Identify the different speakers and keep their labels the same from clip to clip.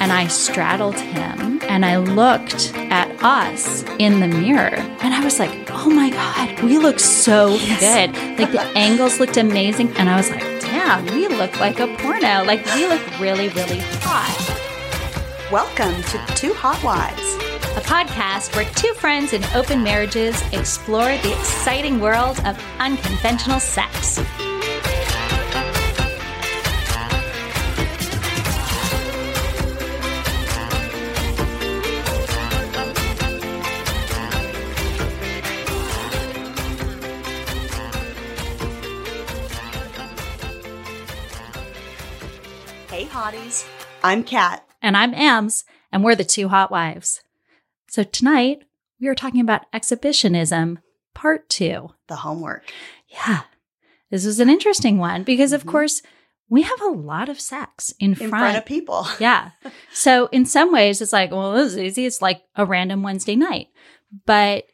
Speaker 1: And I straddled him and I looked at us in the mirror and I was like, oh my God, we look so good. Like the angles looked amazing. And I was like, damn, we look like a porno. Like we look really, really hot.
Speaker 2: Welcome to Two Hot Wives.
Speaker 1: A podcast where two friends in open marriages explore the exciting world of unconventional sex.
Speaker 2: Hey, hotties. I'm Kat.
Speaker 1: And I'm Ams, and we're the two hot wives. So tonight, we are talking about exhibitionism, part two.
Speaker 2: The homework.
Speaker 1: Yeah. This was an interesting one because, of
Speaker 2: Mhm.
Speaker 1: course, we have a lot of sex in,
Speaker 2: In front of people.
Speaker 1: yeah. So in some ways, it's like, well, this is easy. It's like a random Wednesday night. But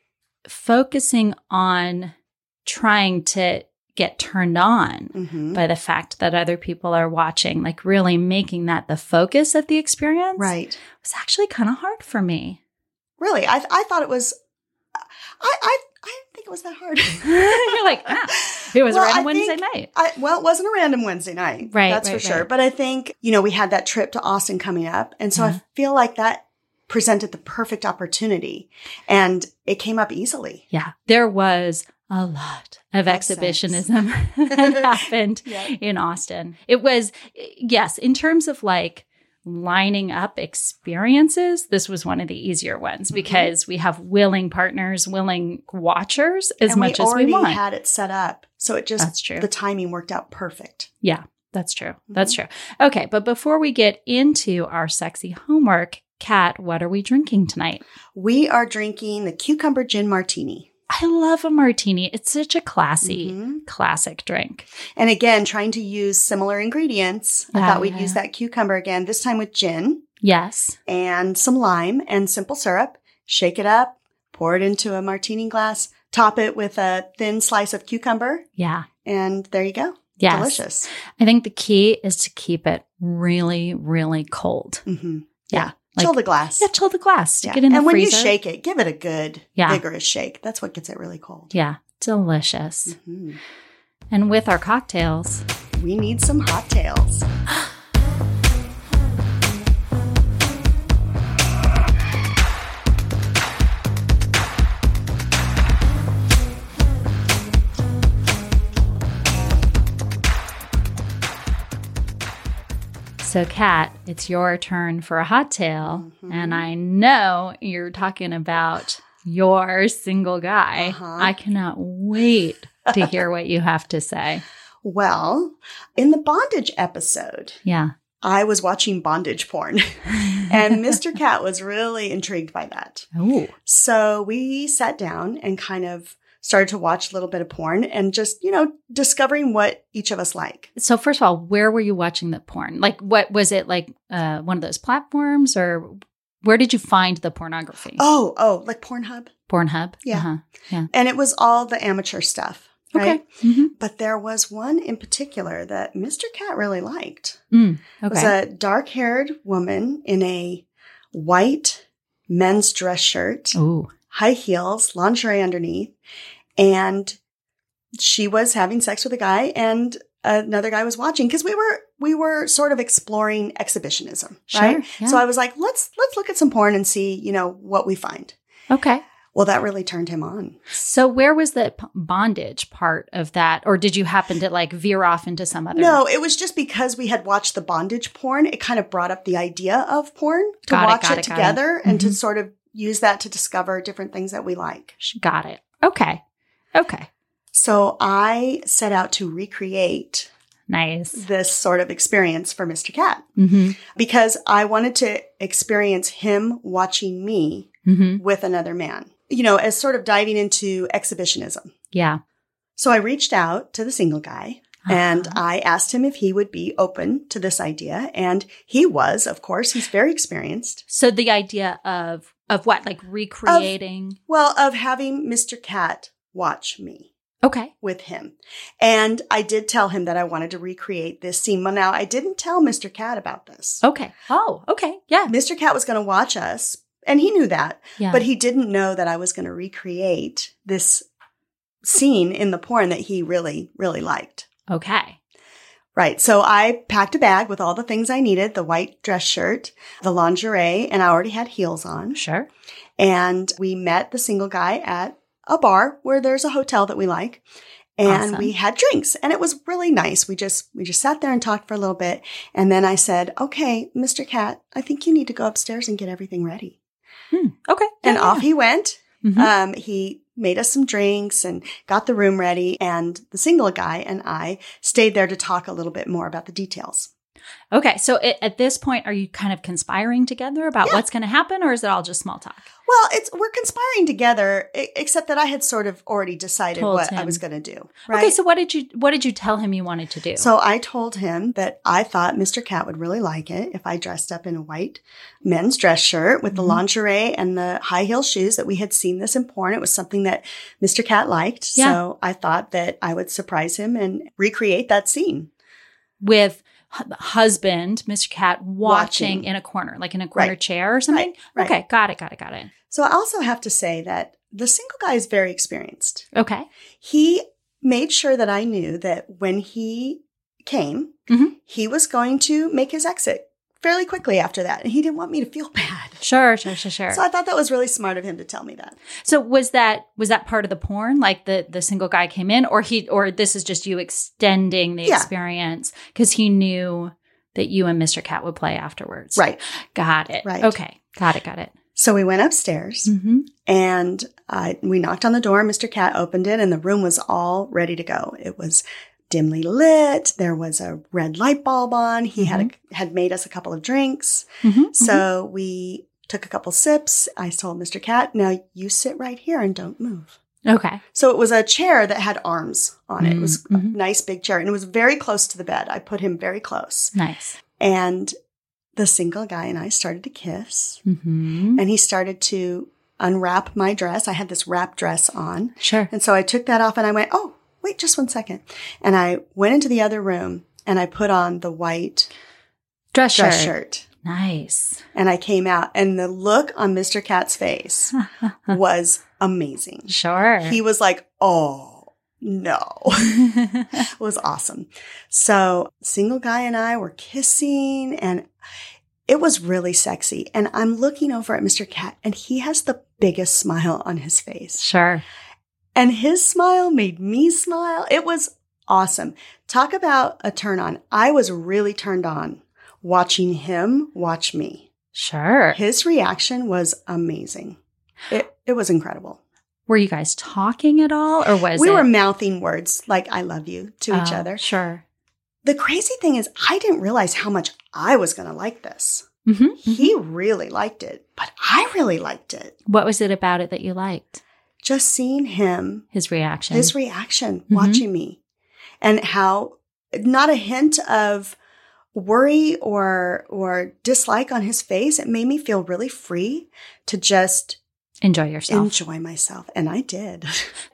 Speaker 1: focusing on trying to get turned on
Speaker 2: Mm-hmm.
Speaker 1: by the fact that other people are watching, like really making that the focus of the experience,
Speaker 2: Right.
Speaker 1: was actually kind of hard for me.
Speaker 2: Really, I, I thought it was, I, I, I didn't think it was that hard.
Speaker 1: You're like, ah, it was
Speaker 2: Well,
Speaker 1: a random
Speaker 2: I think-
Speaker 1: Wednesday night.
Speaker 2: I, well, it wasn't a random Wednesday night.
Speaker 1: Right,
Speaker 2: That's
Speaker 1: right,
Speaker 2: for sure.
Speaker 1: right.
Speaker 2: But I think, you know, we had that trip to Austin coming up. And so I
Speaker 1: Mhm.
Speaker 2: feel like that presented the perfect opportunity and it came up easily.
Speaker 1: Yeah, there was a lot of
Speaker 2: That's
Speaker 1: exhibitionism that happened
Speaker 2: Yeah.
Speaker 1: in Austin. It was, yes, in terms of like lining up experiences, this was one of the easier ones
Speaker 2: Mhm.
Speaker 1: because we have willing partners, willing watchers as
Speaker 2: and
Speaker 1: much
Speaker 2: we
Speaker 1: as
Speaker 2: already
Speaker 1: we want.
Speaker 2: had it set up. So it just,
Speaker 1: That's true.
Speaker 2: the Mm-hmm. timing worked out perfect.
Speaker 1: That's true. That's true. Okay, but before we get into our sexy homework, Kat, what are we drinking tonight?
Speaker 2: We are drinking the cucumber gin martini.
Speaker 1: I love a martini. It's such a classy,
Speaker 2: Mhm.
Speaker 1: classic drink.
Speaker 2: And again, trying to use similar ingredients. I
Speaker 1: Yeah,
Speaker 2: thought we'd
Speaker 1: yeah,
Speaker 2: use that cucumber again, this time with gin
Speaker 1: Yes.
Speaker 2: and some lime and simple syrup. Shake it up, pour it into a martini glass, top it with a thin slice of cucumber,
Speaker 1: Yeah.
Speaker 2: and there you go.
Speaker 1: Yes.
Speaker 2: Delicious.
Speaker 1: I think the key is to keep it really, really cold.
Speaker 2: hmm
Speaker 1: Yeah,
Speaker 2: Chill
Speaker 1: like-
Speaker 2: the glass.
Speaker 1: Yeah, chill the glass. Stick
Speaker 2: Yeah.
Speaker 1: it in the
Speaker 2: and when
Speaker 1: freezer.
Speaker 2: you shake it, give it a good,
Speaker 1: Yeah.
Speaker 2: vigorous shake. That's what gets it really cold.
Speaker 1: yeah, delicious.
Speaker 2: Mhm.
Speaker 1: And with our cocktails,
Speaker 2: We need some hot tails.
Speaker 1: so Kat, it's your turn for a hot tale,
Speaker 2: Mhm.
Speaker 1: and I know you're talking about your single guy.
Speaker 2: Uh-huh.
Speaker 1: I cannot wait to hear what you have to say.
Speaker 2: Well, in the bondage episode,
Speaker 1: Yeah,
Speaker 2: I was watching bondage porn. and Mr. Cat was really intrigued by that.
Speaker 1: oh,
Speaker 2: So we sat down and kind of started to watch a little bit of porn and just, you know, discovering what each of us like.
Speaker 1: so first of all, where were you watching the porn? Like, what was it like? Uh, one of those platforms, or where did you find the pornography?
Speaker 2: Oh, oh, like Pornhub.
Speaker 1: Pornhub.
Speaker 2: Yeah.
Speaker 1: Uh-huh.
Speaker 2: And it was all the amateur stuff.
Speaker 1: Okay.
Speaker 2: Right?
Speaker 1: Mhm.
Speaker 2: But there was one in particular that Mr. Cat really liked.
Speaker 1: Mm,
Speaker 2: It was
Speaker 1: okay.
Speaker 2: a dark haired woman in a white men's dress shirt.
Speaker 1: Ooh.
Speaker 2: high heels, lingerie underneath, and she was having sex with a guy and another guy was watching because we were we were sort of exploring exhibitionism,
Speaker 1: Sure.
Speaker 2: right?
Speaker 1: yeah.
Speaker 2: So I was like, let's let's look at some porn and see, you know, what we find.
Speaker 1: okay.
Speaker 2: Well, that really turned him on.
Speaker 1: So where was the p- bondage part of that, or did you happen to like veer off into some other?
Speaker 2: No, it was just because we had watched the bondage porn, it kind of brought up the idea of porn to
Speaker 1: Got it,
Speaker 2: watch
Speaker 1: got
Speaker 2: it,
Speaker 1: it, got it.
Speaker 2: together and to
Speaker 1: Mhm.
Speaker 2: sort of use that to discover different things that we like.
Speaker 1: Got it. Okay. Okay.
Speaker 2: So I set out to recreate
Speaker 1: Nice.
Speaker 2: this sort of experience for Mr. Cat
Speaker 1: Mm-hmm.
Speaker 2: because I wanted to experience him watching me
Speaker 1: Mm-hmm.
Speaker 2: with another man, you know, as sort of diving into exhibitionism.
Speaker 1: Yeah.
Speaker 2: So I reached out to the single guy and
Speaker 1: Uh-huh.
Speaker 2: I asked him if he would be open to this idea. And he was, of course, he's very experienced.
Speaker 1: so the idea of of what like recreating.
Speaker 2: Well, of having Mr. Cat watch me.
Speaker 1: Okay.
Speaker 2: with him. And I did tell him that I wanted to recreate this scene. Well, now I didn't tell Mr. Cat about this.
Speaker 1: Okay. Oh, okay. Yeah.
Speaker 2: Mr. Cat was going to watch us, and he knew that,
Speaker 1: Yeah.
Speaker 2: but he didn't know that I was going to recreate this scene in the porn that he really, really liked.
Speaker 1: okay.
Speaker 2: Right. So I packed a bag with all the things I needed, the white dress shirt, the lingerie, and I already had heels on.
Speaker 1: Sure.
Speaker 2: And we met the single guy at a bar where there's a hotel that we like. And
Speaker 1: Awesome.
Speaker 2: we had drinks and it was really nice. We just we just sat there and talked for a little bit. And then I said, Okay, Mr. Cat, I think you need to go upstairs and get everything ready.
Speaker 1: Hmm. Okay.
Speaker 2: And off he went.
Speaker 1: Mhm.
Speaker 2: Um, he made us some drinks and got the room ready. And the single guy and I stayed there to talk a little bit more about the details.
Speaker 1: okay. So it, at this point, are you kind of conspiring together about
Speaker 2: Yeah.
Speaker 1: what's going to happen, or is it all just small talk?
Speaker 2: Well, it's we're conspiring together, e- except that I had sort of already decided
Speaker 1: Told
Speaker 2: what I
Speaker 1: him.
Speaker 2: was going to do. Right.
Speaker 1: Okay. So what did you what did you tell him you wanted to do?
Speaker 2: So I told him that I thought Mr. Cat would really like it if I dressed up in a white men's dress shirt with the
Speaker 1: Mhm.
Speaker 2: lingerie and the high heel shoes that we had seen this in porn. It was something that Mr. Cat liked.
Speaker 1: Yeah.
Speaker 2: So I thought that I would surprise him and recreate that scene.
Speaker 1: with hu- husband Mr. Cat watching,
Speaker 2: Watching.
Speaker 1: in a corner, like in a corner
Speaker 2: Right.
Speaker 1: chair or something.
Speaker 2: right.
Speaker 1: Okay. Got it. Got it. Got it.
Speaker 2: So I also have to say that the single guy is very experienced.
Speaker 1: Okay.
Speaker 2: He made sure that I knew that when he came,
Speaker 1: Mhm.
Speaker 2: he was going to make his exit fairly quickly after that. And he didn't want me to feel bad.
Speaker 1: Sure. Sure. Sure. Sure.
Speaker 2: So I thought that was really smart of him to tell me that.
Speaker 1: So was that was that part of the porn? Like the the single guy came in, or he or this is just you extending the
Speaker 2: Yeah.
Speaker 1: experience because he knew that you and Mr. Cat would play afterwards.
Speaker 2: Right.
Speaker 1: Got it.
Speaker 2: Right.
Speaker 1: Okay. Got it. Got it.
Speaker 2: So we went upstairs
Speaker 1: Mm-hmm.
Speaker 2: and uh, we knocked on the door. Mr. Cat opened it and the room was all ready to go. It was dimly lit. There was a red light bulb on. He had a, had made us a couple of drinks.
Speaker 1: Mm-hmm.
Speaker 2: So we took a couple sips. I told Mr. Cat, now you sit right here and don't move.
Speaker 1: Mm-hmm. okay.
Speaker 2: So it was a chair that had arms on it. It was a
Speaker 1: Mhm.
Speaker 2: nice big chair and it was very close to the bed. I put him very close.
Speaker 1: Nice.
Speaker 2: And the single guy and I started to kiss.
Speaker 1: Mm-hmm.
Speaker 2: and he started to unwrap my dress. I had this wrap dress on.
Speaker 1: Sure.
Speaker 2: And so I took that off and I went, oh, wait just one second. And I went into the other room and I put on the white
Speaker 1: Dress,
Speaker 2: dress
Speaker 1: shirt.
Speaker 2: shirt.
Speaker 1: Nice.
Speaker 2: And I came out and the look on Mr. Cat's face was amazing.
Speaker 1: Sure.
Speaker 2: He was like, oh, no. It was awesome. So, single guy and I were kissing, and it was really sexy. And I'm looking over at Mr. Cat, and he has the biggest smile on his face.
Speaker 1: sure.
Speaker 2: And his smile made me smile. It was awesome. Talk about a turn on. I was really turned on watching him watch me.
Speaker 1: Sure.
Speaker 2: His reaction was amazing. It, it was incredible.
Speaker 1: Were you guys talking at all, or was
Speaker 2: we
Speaker 1: it-
Speaker 2: were mouthing words like I love you to each
Speaker 1: Oh,
Speaker 2: other.
Speaker 1: Sure.
Speaker 2: The crazy thing is, I didn't realize how much I was going to like this.
Speaker 1: hmm
Speaker 2: He really liked it, but I really liked it.
Speaker 1: What was it about it that you liked?
Speaker 2: Just seeing him,
Speaker 1: His reaction.
Speaker 2: his reaction,
Speaker 1: Mhm.
Speaker 2: watching me, and how not a hint of worry or or dislike on his face. It made me feel really free to just
Speaker 1: Enjoy yourself.
Speaker 2: enjoy myself, and I did.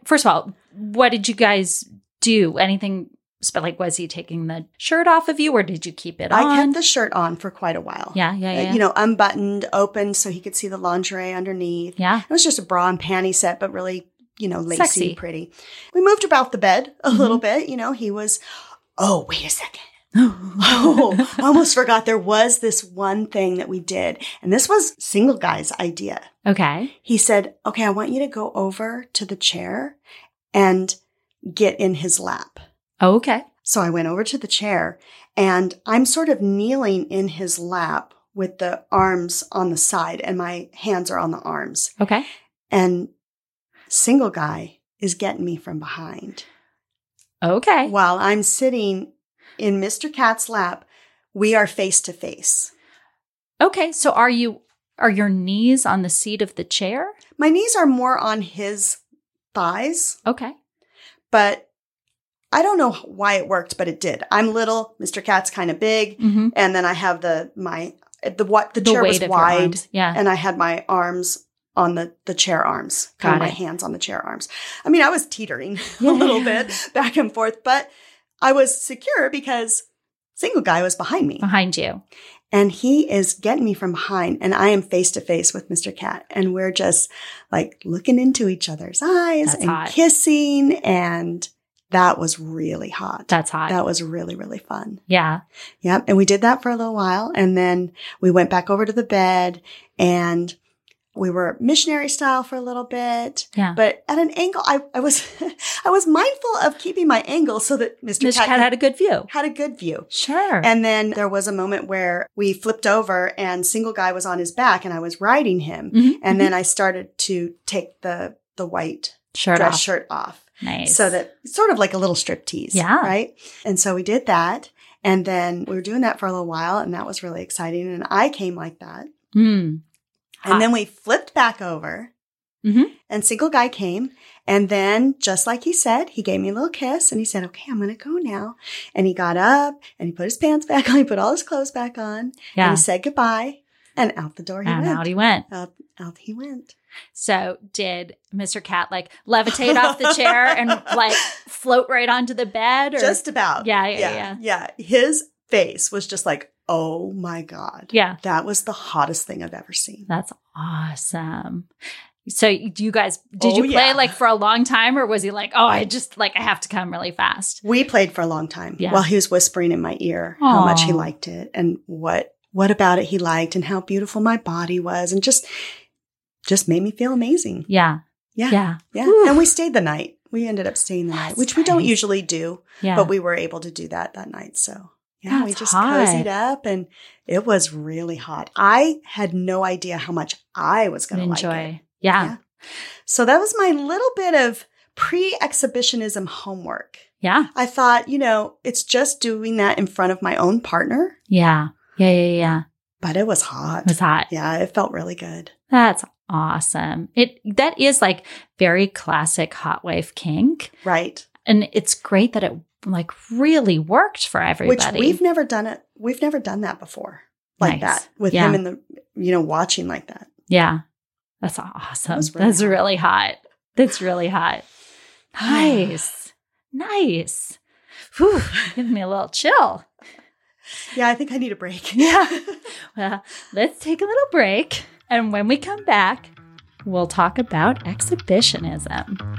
Speaker 1: First of all, what did you guys do? Anything? sp- Like, was he taking the shirt off of you, or did you keep it
Speaker 2: I
Speaker 1: on?
Speaker 2: kept the shirt on for quite a while. Uh,
Speaker 1: yeah, yeah, yeah.
Speaker 2: You know, unbuttoned, open, so he could see the lingerie underneath.
Speaker 1: yeah.
Speaker 2: It was just a bra and panty set, but really, you know, lacy,
Speaker 1: Sexy.
Speaker 2: pretty. We moved about the bed a
Speaker 1: Mhm.
Speaker 2: little bit. You know, he was, oh, wait a second. Oh, I almost forgot there was this one thing that we did. And this was single guy's idea.
Speaker 1: okay.
Speaker 2: He said, okay, I want you to go over to the chair and get in his lap.
Speaker 1: Okay.
Speaker 2: So I went over to the chair and I'm sort of kneeling in his lap with the arms on the side and my hands are on the arms
Speaker 1: Okay.
Speaker 2: and single guy is getting me from behind
Speaker 1: Okay.
Speaker 2: while i'm sitting in mr cat's lap we are face to face
Speaker 1: Okay. So, are you are your knees on the seat of the chair?
Speaker 2: my knees are more on his thighs
Speaker 1: Okay.
Speaker 2: but i don't know why it worked but it did i'm little mr cat's kind of big
Speaker 1: Mm-hmm.
Speaker 2: and then i have the my the what the, chair was
Speaker 1: your
Speaker 2: wide
Speaker 1: arms. Yeah.
Speaker 2: and i had my arms on the, the chair arms,
Speaker 1: Got
Speaker 2: kind of my
Speaker 1: it.
Speaker 2: hands on the chair arms. I mean, I was teetering a little bit back and forth, but I was secure because single guy was behind me
Speaker 1: behind you.
Speaker 2: and he is getting me from behind and I am face to face with Mr. Cat and we're just like looking into each other's eyes
Speaker 1: That's
Speaker 2: and
Speaker 1: hot.
Speaker 2: kissing and that was really hot.
Speaker 1: That's hot.
Speaker 2: that was really, really fun.
Speaker 1: yeah.
Speaker 2: Yep. And we did that for a little while. And then we went back over to the bed and we were missionary style for a little bit.
Speaker 1: Yeah.
Speaker 2: But at an angle, I, I was I was mindful of keeping my angle so that Mr.
Speaker 1: Mr.
Speaker 2: Cat,
Speaker 1: Cat had a good view.
Speaker 2: had a good view.
Speaker 1: Sure.
Speaker 2: And then there was a moment where we flipped over and single guy was on his back and I was riding him.
Speaker 1: Mhm,
Speaker 2: And
Speaker 1: mhm.
Speaker 2: then I started to take the the white
Speaker 1: shirt
Speaker 2: dress
Speaker 1: off.
Speaker 2: shirt off.
Speaker 1: Nice.
Speaker 2: So that sort of like a little strip tease.
Speaker 1: Yeah.
Speaker 2: Right. And so we did that. And then we were doing that for a little while and that was really exciting. And I came like that.
Speaker 1: Mm. Hot.
Speaker 2: And then we flipped back over
Speaker 1: Mhm.
Speaker 2: and single guy came. And then just like he said, he gave me a little kiss and he said, okay, I'm going to go now. And he got up and he put his pants back on. He put all his clothes back on and
Speaker 1: Yeah.
Speaker 2: he said goodbye and out the door he
Speaker 1: And
Speaker 2: went.
Speaker 1: out he went.
Speaker 2: out he went.
Speaker 1: So did Mr. Cat like levitate off the chair and like float right onto the bed? Or
Speaker 2: Just about.
Speaker 1: Yeah, yeah,
Speaker 2: yeah. Yeah. His face was just like, oh my God.
Speaker 1: yeah,
Speaker 2: That was the hottest thing I've ever seen.
Speaker 1: that's awesome. So do you guys did
Speaker 2: Oh,
Speaker 1: you play
Speaker 2: yeah.
Speaker 1: like for a long time or was he like, oh, I just like I have to come really fast?
Speaker 2: We played for a long time
Speaker 1: Yeah.
Speaker 2: while he was whispering in my ear how much he
Speaker 1: Aw.
Speaker 2: liked it and what what about it he liked and how beautiful my body was and just just made me feel amazing.
Speaker 1: Yeah,
Speaker 2: Yeah. Yeah.
Speaker 1: yeah, Whew.
Speaker 2: And we stayed the night. We ended up staying the night,
Speaker 1: That's
Speaker 2: which we don't
Speaker 1: nice.
Speaker 2: usually do,
Speaker 1: yeah.
Speaker 2: but we were able to do that that night. So yeah, we
Speaker 1: That's
Speaker 2: just
Speaker 1: hot.
Speaker 2: cozied up and it was really hot. I had no idea how much I was going to like
Speaker 1: enjoy.
Speaker 2: it.
Speaker 1: Yeah,
Speaker 2: So that was my little bit of pre-exhibitionism homework.
Speaker 1: yeah,
Speaker 2: I thought, you know, it's just doing that in front of my own partner,
Speaker 1: yeah, yeah, yeah, yeah.
Speaker 2: but it was
Speaker 1: It was
Speaker 2: hot.
Speaker 1: hot.
Speaker 2: Yeah, it felt really good.
Speaker 1: That's awesome. It that is like very classic hot wife kink,
Speaker 2: Right.
Speaker 1: and it's great that it like really worked for everybody.
Speaker 2: Which we've never done it. We've never done that before like
Speaker 1: Nice.
Speaker 2: that with
Speaker 1: Yeah.
Speaker 2: him in the, you know, watching like that.
Speaker 1: yeah, that's awesome.
Speaker 2: was really
Speaker 1: that's
Speaker 2: hot.
Speaker 1: really hot. That's really hot. Nice, nice. Whew, give me a little chill.
Speaker 2: Yeah, I think I need a break. Yeah.
Speaker 1: Well, let's take a little break, and when we come back, we'll talk about exhibitionism.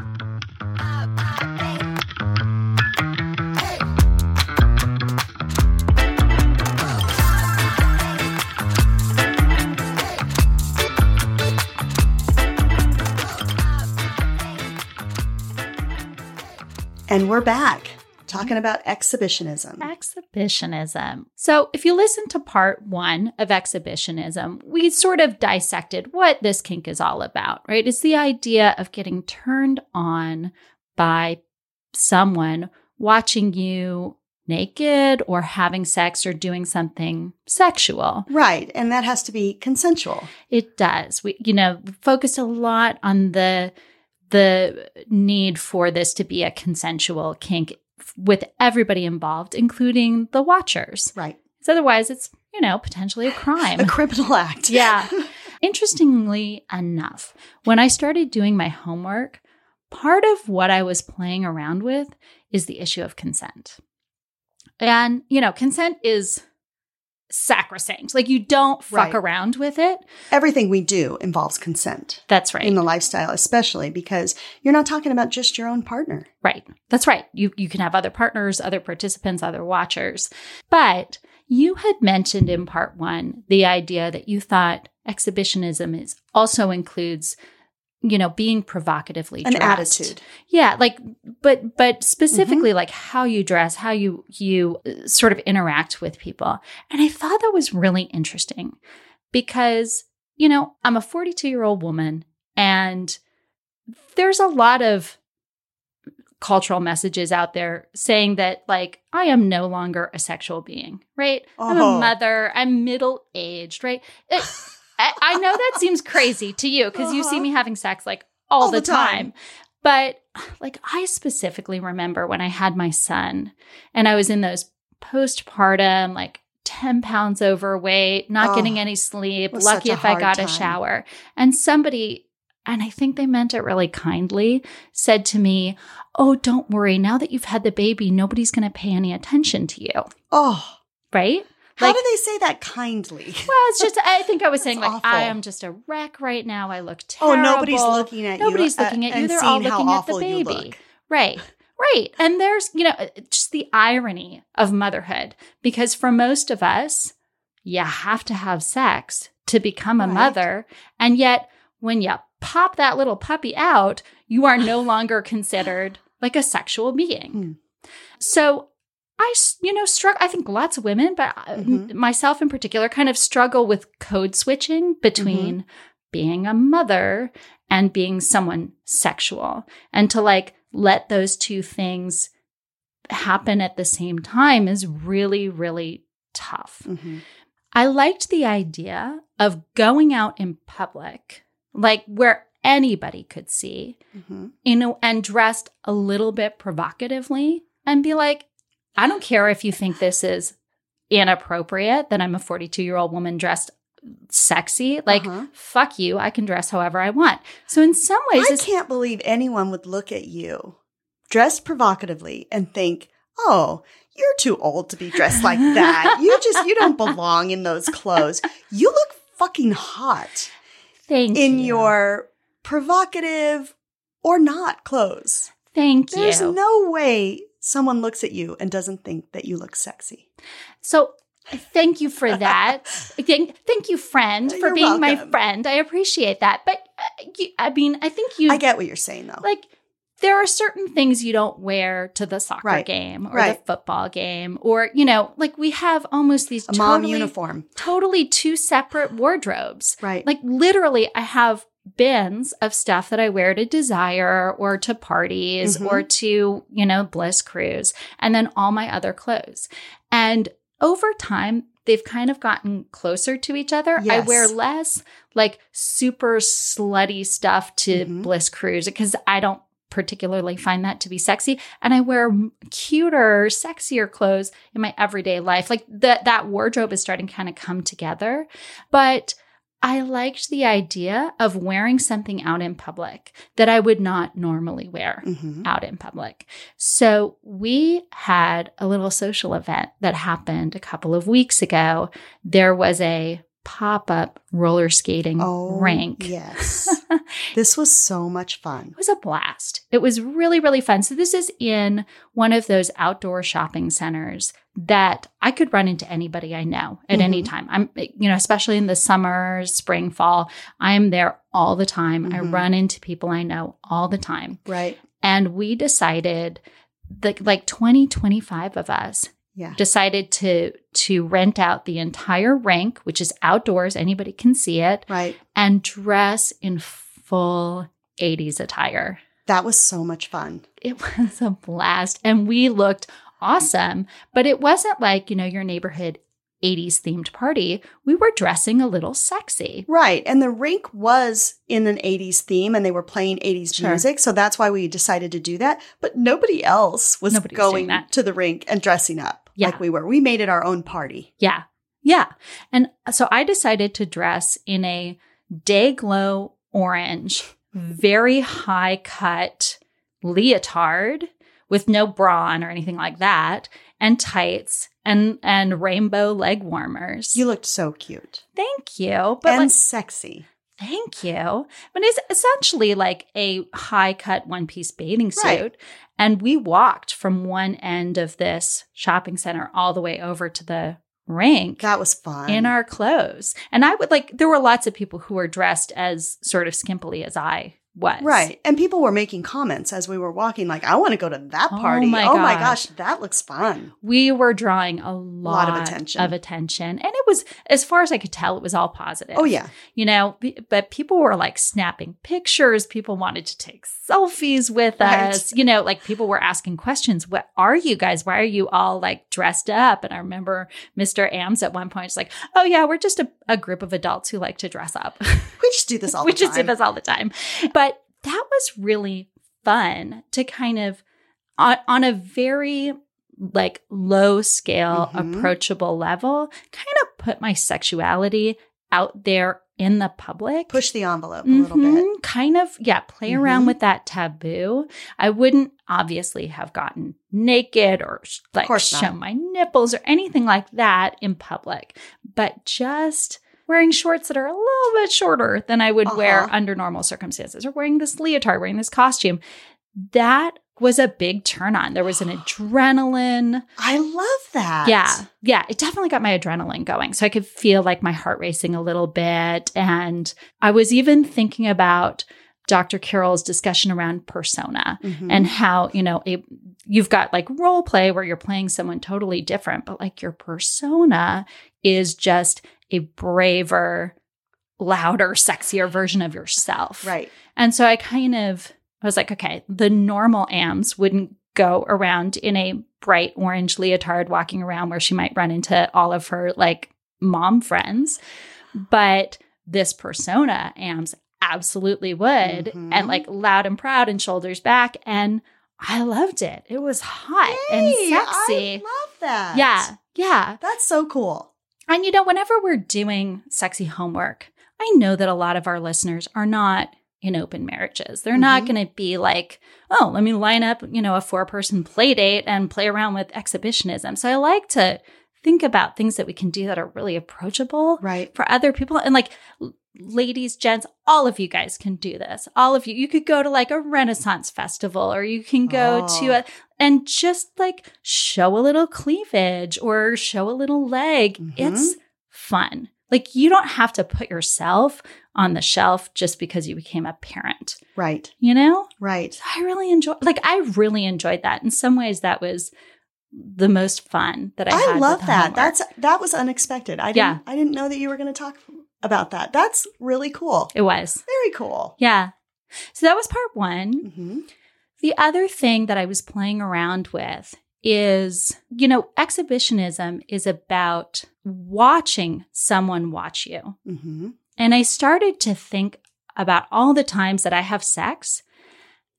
Speaker 2: and we're back talking about exhibitionism.
Speaker 1: Exhibitionism. So, if you listen to part one of exhibitionism, we sort of dissected what this kink is all about, right? It's the idea of getting turned on by someone watching you naked or having sex or doing something sexual.
Speaker 2: Right. And that has to be consensual.
Speaker 1: It does. We, you know, focused a lot on the the need for this to be a consensual kink f- with everybody involved, including the watchers.
Speaker 2: Right.
Speaker 1: 'Cause otherwise, it's you know potentially a
Speaker 2: A
Speaker 1: crime.
Speaker 2: criminal act.
Speaker 1: Yeah. Interestingly enough, when I started doing my homework, part of what I was playing around with is the issue of consent. And, you know, consent is sacrosanct. Like, you don't fuck
Speaker 2: Right.
Speaker 1: around with it.
Speaker 2: Everything we do involves consent.
Speaker 1: That's right.
Speaker 2: in the lifestyle, especially because you're not talking about just your own partner.
Speaker 1: Right. That's right. You you can have other partners, other participants, other watchers. But you had mentioned in part 1 the idea that you thought exhibitionism is also includes you know being provocatively
Speaker 2: An
Speaker 1: dressed.
Speaker 2: attitude.
Speaker 1: Yeah, like but but specifically
Speaker 2: Mm-hmm.
Speaker 1: like how you dress, how you you uh, sort of interact with people. And I thought that was really interesting because you know, I'm a 42-year-old woman and there's a lot of cultural messages out there saying that like I am no longer a sexual being, right? I'm a
Speaker 2: Oh.
Speaker 1: mother, I'm middle-aged, right? It- I, I know that seems crazy to you because you see
Speaker 2: Uh-huh.
Speaker 1: me having sex like all, the, time.
Speaker 2: time.
Speaker 1: But like I specifically remember when I had my son and I was in those postpartum, like 10 pounds overweight, not
Speaker 2: Oh,
Speaker 1: getting any sleep,
Speaker 2: was
Speaker 1: lucky
Speaker 2: such a
Speaker 1: if I
Speaker 2: hard
Speaker 1: got
Speaker 2: time.
Speaker 1: a shower. And somebody, and I think they meant it really kindly, said to me, Oh, don't worry. Now that you've had the baby, nobody's going to pay any attention to you.
Speaker 2: Oh,
Speaker 1: Right?
Speaker 2: how
Speaker 1: Like-
Speaker 2: do they say that kindly?
Speaker 1: Well, it's just, I think I was saying,
Speaker 2: That's
Speaker 1: like, I
Speaker 2: awful.
Speaker 1: am just a wreck right now. I look
Speaker 2: Oh,
Speaker 1: terrible.
Speaker 2: nobody's looking at you.
Speaker 1: Nobody's
Speaker 2: uh,
Speaker 1: looking at you.
Speaker 2: and
Speaker 1: They're all
Speaker 2: seeing how
Speaker 1: looking at the
Speaker 2: awful you
Speaker 1: baby.
Speaker 2: look.
Speaker 1: Right. Right. And there's, you know, just the irony of motherhood because for most of us, you have to have sex to become a
Speaker 2: Right.
Speaker 1: mother. And yet, when you pop that little puppy out, you are no longer considered like a sexual being.
Speaker 2: Hmm.
Speaker 1: So, I, s- you know, struck. I think lots of women, but I-
Speaker 2: Mhm.
Speaker 1: myself in particular, kind of struggle with code switching between
Speaker 2: Mm-hmm.
Speaker 1: being a mother and being someone sexual and to like let those two things happen at the same time is really really tough.
Speaker 2: Mhm.
Speaker 1: I liked the idea of going out in public like where anybody could see,
Speaker 2: Mhm.
Speaker 1: you know, and dressed a little bit provocatively and be like I don't care if you think this is inappropriate that I'm a 42-year-old woman dressed sexy like
Speaker 2: Uh-huh.
Speaker 1: fuck you i can dress however i want so in some ways
Speaker 2: I
Speaker 1: it's-
Speaker 2: can't believe anyone would look at you dressed provocatively and think, "Oh, you're too old to be dressed like that. You just you don't belong in those clothes. You look fucking hot
Speaker 1: thank
Speaker 2: in
Speaker 1: you.
Speaker 2: your provocative or not clothes."
Speaker 1: thank
Speaker 2: There's
Speaker 1: you
Speaker 2: no way someone looks at you and doesn't think that you look sexy.
Speaker 1: so thank you for that thank, thank you friend for
Speaker 2: You're
Speaker 1: being my
Speaker 2: welcome.
Speaker 1: friend i appreciate that but uh, you, i mean i think you
Speaker 2: I get what you're saying though.
Speaker 1: like there are certain things you don't wear to the soccer
Speaker 2: Right.
Speaker 1: game or
Speaker 2: Right.
Speaker 1: the football game or you know like we have almost these
Speaker 2: a mom
Speaker 1: totally,
Speaker 2: uniform,
Speaker 1: totally two separate wardrobes
Speaker 2: right?
Speaker 1: Like literally, I have bins of stuff that I wear to desire or to parties
Speaker 2: Mhm.
Speaker 1: or to, you know, bliss cruise, and then all my other clothes. And over time, they've kind of gotten closer to each other. I
Speaker 2: Yes.
Speaker 1: wear less like super slutty stuff to
Speaker 2: Mhm.
Speaker 1: bliss cruise because I don't particularly find that to be sexy and I wear m- cuter, sexier clothes in my everyday life. Like that that wardrobe is starting to kind of come together. But I liked the idea of wearing something out in public that I would not normally wear
Speaker 2: Mhm.
Speaker 1: out in public. So we had a little social event that happened a couple of weeks ago. There was a pop-up roller skating
Speaker 2: Oh,
Speaker 1: rink.
Speaker 2: yes. this was so much fun.
Speaker 1: It was a blast. It was really, really fun. So, this is in one of those outdoor shopping centers that I could run into anybody I know at any
Speaker 2: Mhm.
Speaker 1: time. I'm, you know, especially in the summer, spring, fall, I am there all the time. I
Speaker 2: Mhm.
Speaker 1: run into people I know all the time.
Speaker 2: Right.
Speaker 1: And we decided that like 20, 25 of us
Speaker 2: Yeah.
Speaker 1: decided to to rent out the entire rink, which is outdoors, anybody can see it,
Speaker 2: Right.
Speaker 1: and dress in full 80s attire.
Speaker 2: That was so much fun.
Speaker 1: It was a blast. And we looked awesome, but it wasn't like, you know, your neighborhood 80s themed party. We were dressing a little sexy.
Speaker 2: Right. And the rink was in an 80s theme and they were playing 80s
Speaker 1: Sure.
Speaker 2: music. So that's why we decided to do that. But nobody else was
Speaker 1: Nobody was doing
Speaker 2: going
Speaker 1: that.
Speaker 2: to the rink and dressing up
Speaker 1: Yeah.
Speaker 2: like we were. We made it our own party.
Speaker 1: Yeah. Yeah. And so I decided to dress in a day glow orange, very high cut leotard with no bra on or anything like that, and tights and and rainbow leg warmers.
Speaker 2: You looked so cute
Speaker 1: Thank you. But
Speaker 2: and
Speaker 1: like-
Speaker 2: sexy.
Speaker 1: Thank you. But it's essentially like a high cut one piece bathing suit.
Speaker 2: Right.
Speaker 1: And we walked from one end of this shopping center all the way over to the rink
Speaker 2: That was fun.
Speaker 1: in our clothes. And I would like, there were lots of people who were dressed as sort of skimpily as I was.
Speaker 2: Right. And people were making comments as we were walking, like, I want to go to that
Speaker 1: Oh
Speaker 2: party.
Speaker 1: my
Speaker 2: oh my
Speaker 1: gosh.
Speaker 2: gosh, that looks fun.
Speaker 1: We were drawing a lot,
Speaker 2: Lot of attention.
Speaker 1: of attention. And it was, as far as I could tell, it was all positive.
Speaker 2: Oh, yeah.
Speaker 1: you know b- but people were like snapping pictures people wanted to take selfies with
Speaker 2: Right.
Speaker 1: us you know like people were asking questions what are you guys why are you all like dressed up and i remember mr ams at one point is like oh yeah we're just a, a group of adults who like to dress up
Speaker 2: We just do this all
Speaker 1: we
Speaker 2: the
Speaker 1: just
Speaker 2: time.
Speaker 1: did this all the time but that was really fun to kind of on, on a very like low scale,
Speaker 2: Mhm.
Speaker 1: approachable level, kind of put my sexuality out there in the public.
Speaker 2: Push the envelope a little bit.
Speaker 1: Mhm, Kind of, yeah, play around
Speaker 2: Mhm.
Speaker 1: with that taboo. I wouldn't obviously have gotten naked or sh- like
Speaker 2: course not.
Speaker 1: shown my nipples or anything like that in public, but just wearing shorts that are a little bit shorter than I would wear
Speaker 2: Uh-huh.
Speaker 1: under normal circumstances or wearing this leotard, wearing this costume. That was a big turn on. There was an adrenaline.
Speaker 2: I love that.
Speaker 1: Yeah. Yeah. It definitely got my adrenaline going. So I could feel like my heart racing a little bit. And I was even thinking about Dr. Carroll's discussion around persona
Speaker 2: Mhm.
Speaker 1: and how, you know, it, you've got like role play where you're playing someone totally different, but like your persona is just a braver, louder, sexier version of yourself.
Speaker 2: right.
Speaker 1: And so I kind of I was like, okay, the normal AMs wouldn't go around in a bright orange leotard walking around where she might run into all of her like mom friends. But this persona AMs absolutely would
Speaker 2: Mhm.
Speaker 1: and like loud and proud and shoulders back. And I loved it. It was hot and
Speaker 2: Hey, I
Speaker 1: sexy.
Speaker 2: love that.
Speaker 1: Yeah. Yeah.
Speaker 2: That's so cool.
Speaker 1: And you know, whenever we're doing sexy homework, I know that a lot of our listeners are not in open marriages. They're not
Speaker 2: Mhm.
Speaker 1: going to be like, oh, let me line up, you know, a four person play date and play around with exhibitionism. So I like to think about things that we can do that are really approachable
Speaker 2: Right.
Speaker 1: for other people. And like, l- ladies, gents, all of you guys can do this. All of you. You could go to like a Renaissance festival or you can go
Speaker 2: Oh.
Speaker 1: to a, and just like show a little cleavage or show a little leg.
Speaker 2: Mhm.
Speaker 1: It's fun. Like, you don't have to put yourself on the shelf just because you became a parent,
Speaker 2: Right.
Speaker 1: you know?
Speaker 2: Right.
Speaker 1: I really enjoy like I really enjoyed that. In some ways that was the most fun that I, had.
Speaker 2: I,
Speaker 1: with
Speaker 2: love
Speaker 1: the
Speaker 2: that.
Speaker 1: homework.
Speaker 2: That's that was unexpected. I didn't
Speaker 1: Yeah.
Speaker 2: I didn't know that you were going to talk about that. That's really cool.
Speaker 1: it was.
Speaker 2: Very cool.
Speaker 1: Yeah. So that was part one.
Speaker 2: Mm-hmm.
Speaker 1: The other thing that I was playing around with is, you know, exhibitionism is about watching someone watch you.
Speaker 2: Mm-hmm.
Speaker 1: And I started to think about all the times that I have sex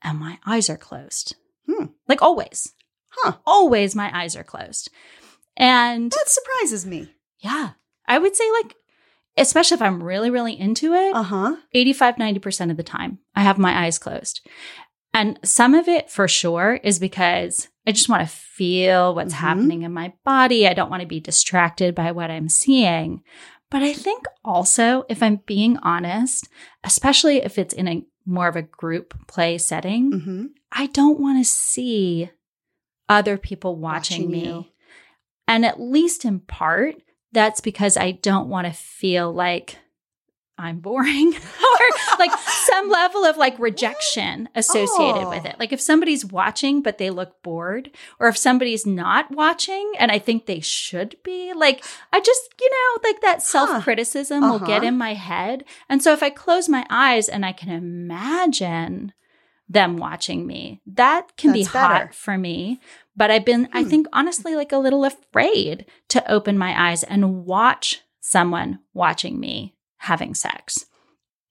Speaker 1: and my eyes are closed.
Speaker 2: Hmm.
Speaker 1: Like always.
Speaker 2: Huh.
Speaker 1: Always my eyes are closed. And
Speaker 2: That surprises me.
Speaker 1: yeah, I would say, like, especially if I'm really, really into it,
Speaker 2: Uh huh.
Speaker 1: 85 90% of the time i have my eyes closed and some of it for sure is because i just want to feel what's
Speaker 2: Mhm.
Speaker 1: happening in my body i don't want to be distracted by what i'm seeing but i think also if i'm being honest especially if it's in a more of a group play setting
Speaker 2: Mm-hmm.
Speaker 1: i don't want to see other people watching,
Speaker 2: Watching
Speaker 1: me
Speaker 2: you.
Speaker 1: and at least in part that's because i don't want to feel like i'm boring or like some level of like rejection associated
Speaker 2: Oh.
Speaker 1: with it like if somebody's watching but they look bored or if somebody's not watching and i think they should be like i just you know like that self-criticism will get
Speaker 2: Uh-huh.
Speaker 1: in my head and so if i close my eyes and i can imagine them watching me that can be
Speaker 2: That's better.
Speaker 1: hot for me but I've been, I
Speaker 2: Hmm.
Speaker 1: think, honestly, like a little afraid to open my eyes and watch someone watching me having sex.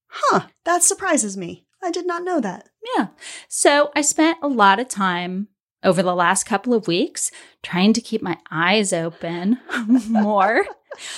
Speaker 2: Huh. That surprises me. I did not know that.
Speaker 1: Yeah. So I spent a lot of time over the last couple of weeks trying to keep my eyes open more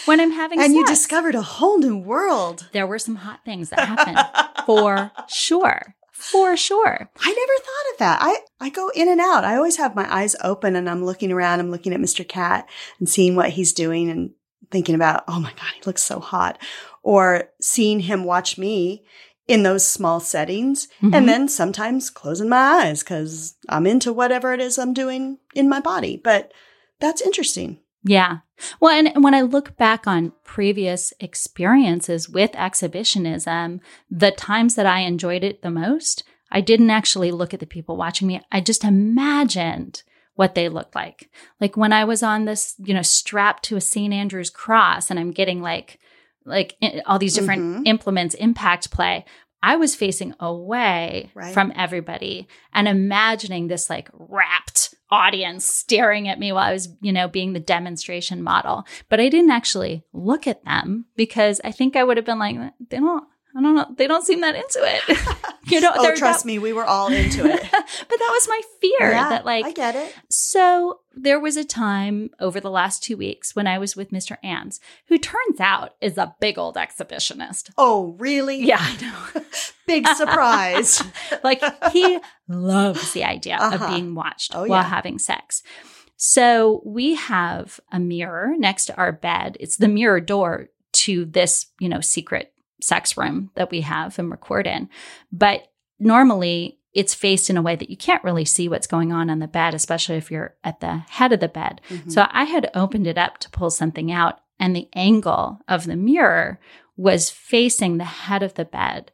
Speaker 1: when I'm having
Speaker 2: and
Speaker 1: sex.
Speaker 2: you discovered a whole new world.
Speaker 1: there were some hot things that happened
Speaker 2: For
Speaker 1: for sure. For sure.
Speaker 2: I never thought of that. I, I go in and out. I always have my eyes open and I'm looking around. I'm looking at Mr. Cat and seeing what he's doing and thinking about, oh my God, he looks so hot. Or seeing him watch me in those small settings.
Speaker 1: Mhm.
Speaker 2: And then sometimes closing my eyes because I'm into whatever it is I'm doing in my body. But that's interesting.
Speaker 1: Yeah. Well, and when I look back on previous experiences with exhibitionism, the times that I enjoyed it the most, I didn't actually look at the people watching me. I just imagined what they looked like. Like when I was on this, you know, strapped to a St. Andrew's cross and I'm getting like like i- all these different
Speaker 2: Mhm.
Speaker 1: implements impact play, I was facing away
Speaker 2: Right.
Speaker 1: from everybody and imagining this like rapt audience staring at me while I was, you know, being the demonstration model. But I didn't actually look at them because I think I would have been like, they don't, I don't know, they don't seem that into it. you know,
Speaker 2: Oh,
Speaker 1: there-
Speaker 2: trust
Speaker 1: that-
Speaker 2: me, we were all into it.
Speaker 1: but that was my fear
Speaker 2: Yeah,
Speaker 1: that like
Speaker 2: I get it.
Speaker 1: So there was a time over the last two weeks when I was with Mr. Ams, who turns out is a big old exhibitionist.
Speaker 2: Oh, really?
Speaker 1: Yeah, I
Speaker 2: Big surprise.
Speaker 1: know. like he loves the idea of
Speaker 2: Uh-huh.
Speaker 1: being watched
Speaker 2: Oh,
Speaker 1: while
Speaker 2: yeah.
Speaker 1: having sex. So we have a mirror next to our bed. It's the mirror door to this, you know, secret sex room that we have and record in. But normally it's faced in a way that you can't really see what's going on on the bed, especially if you're at the head of the bed.
Speaker 2: Mhm.
Speaker 1: So I had opened it up to pull something out, and the angle of the mirror was facing the head of the bed.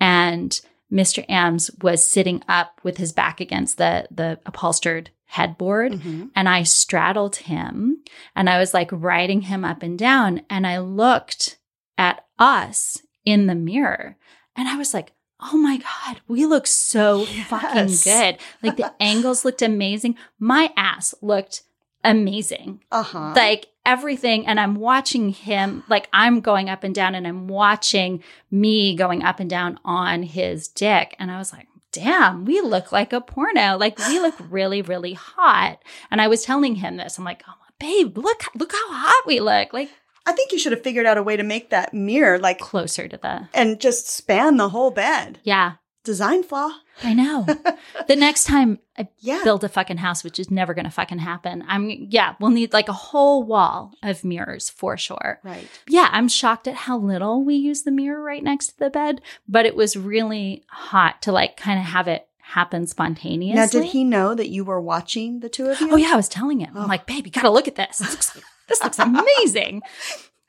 Speaker 1: And Mr. Ams was sitting up with his back against the, the upholstered headboard.
Speaker 2: Mhm.
Speaker 1: And I straddled him and I was like riding him up and down. And I looked at us in the mirror and I was like, oh my God, we look so fucking
Speaker 2: Yes.
Speaker 1: good. Like the angles looked amazing. My ass looked amazing.
Speaker 2: Uh-huh.
Speaker 1: Like everything. And I'm watching him, like I'm going up and down and I'm watching me going up and down on his dick. And I was like, damn, we look like a porno. Like we look really, really hot. And I was telling him this. I'm like, oh, babe, look, look how hot we look. Like
Speaker 2: I think you should have figured out a way to make that mirror like
Speaker 1: closer to the.
Speaker 2: and just span the whole bed.
Speaker 1: Yeah,
Speaker 2: Design flaw.
Speaker 1: I know. the next time I
Speaker 2: Yeah.
Speaker 1: build a fucking house, which is never going to fucking happen, I'm, yeah, we'll need like a whole wall of mirrors for sure.
Speaker 2: Right.
Speaker 1: Yeah, I'm shocked at how little we use the mirror right next to the bed, but it was really hot to like kind of have it happen spontaneously.
Speaker 2: Now, did he know that you were watching the two of you?
Speaker 1: Oh yeah, I was telling him.
Speaker 2: Oh.
Speaker 1: I'm like, babe, you gotta look at this. This looks, this looks amazing.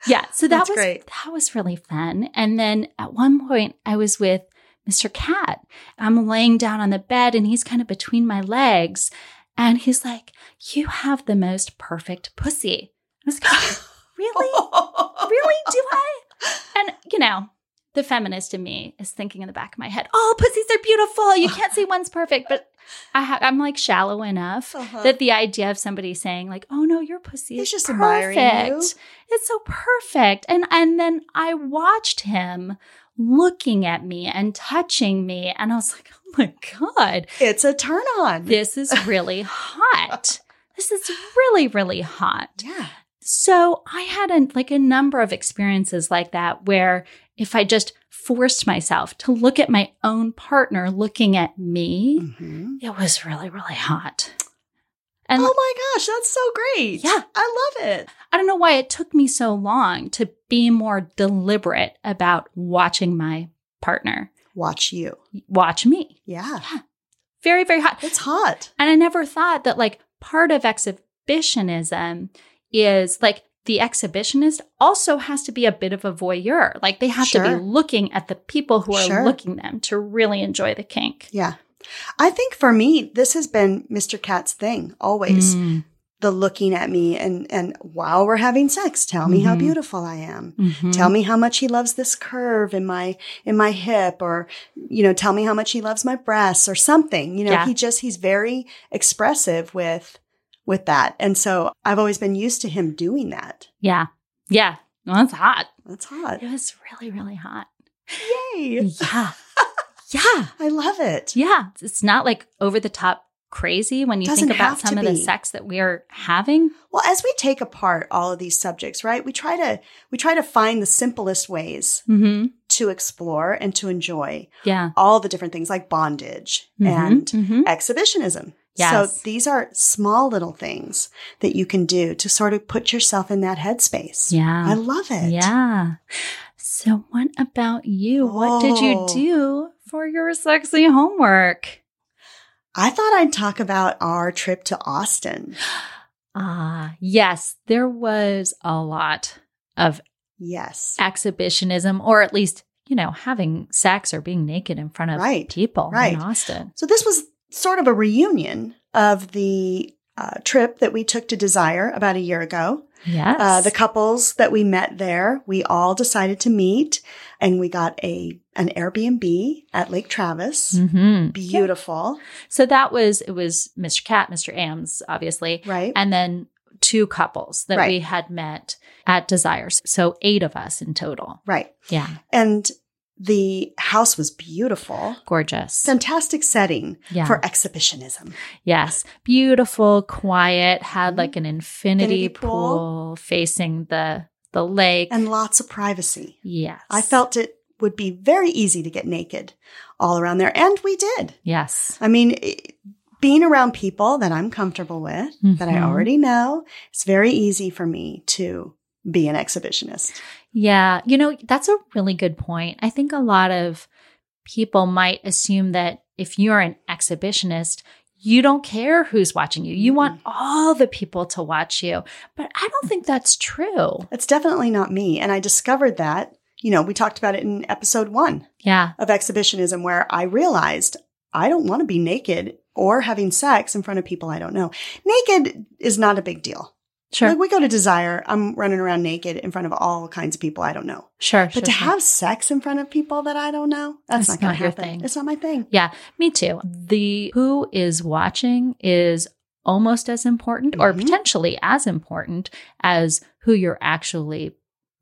Speaker 1: Yeah. So that
Speaker 2: That's
Speaker 1: was
Speaker 2: great.
Speaker 1: that was really fun. And then at one point I was with Mr. Cat. I'm laying down on the bed and he's kind of between my legs. And he's like, You have the most perfect pussy. I was like, Really? Really? Do I? And you know, the feminist in me is thinking in the back of my head, "Oh, pussies are beautiful. You can't say one's perfect." But I ha- I'm like shallow enough
Speaker 2: Uh-huh.
Speaker 1: that the idea of somebody saying like, "Oh no, your pussy
Speaker 2: He's
Speaker 1: is
Speaker 2: just
Speaker 1: perfect.
Speaker 2: admiring you.
Speaker 1: It's so perfect." And and then I watched him looking at me and touching me, and I was like, "Oh my god,
Speaker 2: It's a turn on.
Speaker 1: this is really hot. This is really really hot."
Speaker 2: yeah.
Speaker 1: So I had a, like a number of experiences like that where if I just forced myself to look at my own partner looking at me,
Speaker 2: Mhm.
Speaker 1: it was really really hot. And
Speaker 2: Oh my gosh, that's so great.
Speaker 1: Yeah.
Speaker 2: I love it.
Speaker 1: I don't know why it took me so long to be more deliberate about watching my partner
Speaker 2: Watch you.
Speaker 1: watch me.
Speaker 2: Yeah.
Speaker 1: Very, very hot.
Speaker 2: It's hot.
Speaker 1: And I never thought that like part of exhibitionism is like the exhibitionist also has to be a bit of a voyeur. Like they have to
Speaker 2: Sure.
Speaker 1: be looking at the people who are
Speaker 2: Sure.
Speaker 1: looking them to really enjoy the kink.
Speaker 2: Yeah. I think for me, this has been Mr. Cat's thing always.
Speaker 1: Mm,
Speaker 2: The looking at me and and while we're having sex, tell me how
Speaker 1: Mhm.
Speaker 2: beautiful I am.
Speaker 1: mhm.
Speaker 2: Tell me how much he loves this curve in my in my hip or you know, tell me how much he loves my breasts or something. You know,
Speaker 1: Yeah.
Speaker 2: he just he's very expressive with with that. And so I've always been used to him doing that.
Speaker 1: Yeah. Yeah. Well, that's hot.
Speaker 2: That's hot.
Speaker 1: It was really, really hot. Mm.
Speaker 2: Yay.
Speaker 1: Yeah. yeah.
Speaker 2: I love it.
Speaker 1: Yeah. It's not like over the top crazy when you
Speaker 2: Doesn't
Speaker 1: think about
Speaker 2: have to
Speaker 1: some of the
Speaker 2: be.
Speaker 1: sex that we are having.
Speaker 2: Well, as we take apart all of these subjects, right? We try to we try to find the simplest ways
Speaker 1: Mm-hmm.
Speaker 2: to explore and to enjoy
Speaker 1: Yeah.
Speaker 2: all the different things like bondage
Speaker 1: Mhm.
Speaker 2: and
Speaker 1: Mhm.
Speaker 2: exhibitionism.
Speaker 1: Yes.
Speaker 2: So these are small little things that you can do to sort of put yourself in that headspace.
Speaker 1: yeah.
Speaker 2: I love it.
Speaker 1: Yeah. So, what about you? What did you
Speaker 2: Oh.
Speaker 1: do for your sexy homework?
Speaker 2: I thought I'd talk about our trip to Austin.
Speaker 1: Ah, yes, there was a lot of
Speaker 2: Yes.
Speaker 1: exhibitionism, or at least, you know, having sex or being naked in front of
Speaker 2: Right,
Speaker 1: people
Speaker 2: right.
Speaker 1: in Austin.
Speaker 2: So this was sort of a reunion of the uh, trip that we took to Desire about a year ago.
Speaker 1: Yes.
Speaker 2: Uh, the couples that we met there, we all decided to meet, and we got a an Airbnb at Lake Travis.
Speaker 1: Mhm.
Speaker 2: Beautiful,
Speaker 1: So, that was, it was Mr. Cat, Mr. Ams, obviously,
Speaker 2: right?
Speaker 1: and then two couples that
Speaker 2: Right.
Speaker 1: we had met at Desires. So, eight of us in total.
Speaker 2: right.
Speaker 1: Yeah.
Speaker 2: And The house was beautiful.
Speaker 1: Gorgeous.
Speaker 2: Fantastic setting
Speaker 1: Yeah.
Speaker 2: for exhibitionism.
Speaker 1: Yes. Beautiful, quiet, had like an infinity,
Speaker 2: Mm-hmm. Infinity
Speaker 1: pool.
Speaker 2: pool.
Speaker 1: facing the the lake.
Speaker 2: and lots of privacy.
Speaker 1: yes.
Speaker 2: I felt it would be very easy to get naked all around there. And we did.
Speaker 1: Yes.
Speaker 2: I mean, i- being around people that I'm comfortable with, that I
Speaker 1: Mhm.
Speaker 2: already know, it's very easy for me to be an exhibitionist.
Speaker 1: Yeah. You know, that's a really good point. I think a lot of people might assume that if you're an exhibitionist, you don't care who's watching you. You want all the people to watch you. But I
Speaker 2: Mm.
Speaker 1: don't think that's true.
Speaker 2: It's definitely not me. And I discovered that, you know, we talked about it in episode one
Speaker 1: Yeah.
Speaker 2: of exhibitionism, where I realized I don't want to be naked or having sex in front of people I don't know. Naked is not a big deal.
Speaker 1: Sure.
Speaker 2: Like we go to Desire, I'm running around naked in front of all kinds of people I don't know.
Speaker 1: Sure.
Speaker 2: But to have sex in front of people that I don't know, that's
Speaker 1: That's
Speaker 2: not going
Speaker 1: not
Speaker 2: to
Speaker 1: your
Speaker 2: happen.
Speaker 1: thing.
Speaker 2: It's not my thing.
Speaker 1: Yeah, me too. The who is watching is almost as important or
Speaker 2: Mhm.
Speaker 1: potentially as important as who you're actually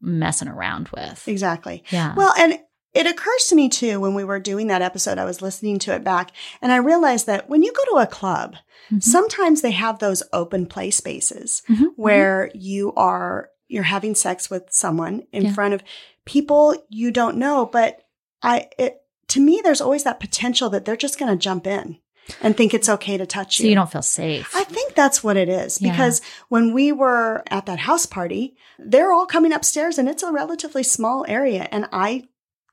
Speaker 1: messing around with.
Speaker 2: Exactly.
Speaker 1: Yeah. Uh-huh.
Speaker 2: Well, and it occurs to me too when we were doing that episode, I was listening to it back, and I realized that when you go to a club,
Speaker 1: Mhm.
Speaker 2: sometimes they have those open play spaces
Speaker 1: Mhm.
Speaker 2: where you are you're having sex with someone in
Speaker 1: Yeah.
Speaker 2: front of people you don't know, but I it, to me there's always that potential that they're just going to jump in and think it's okay to touch
Speaker 1: so you don't feel safe.
Speaker 2: I think that's what it is
Speaker 1: Yeah.
Speaker 2: because when we were at that house party, they're all coming upstairs and it's a relatively small area. And I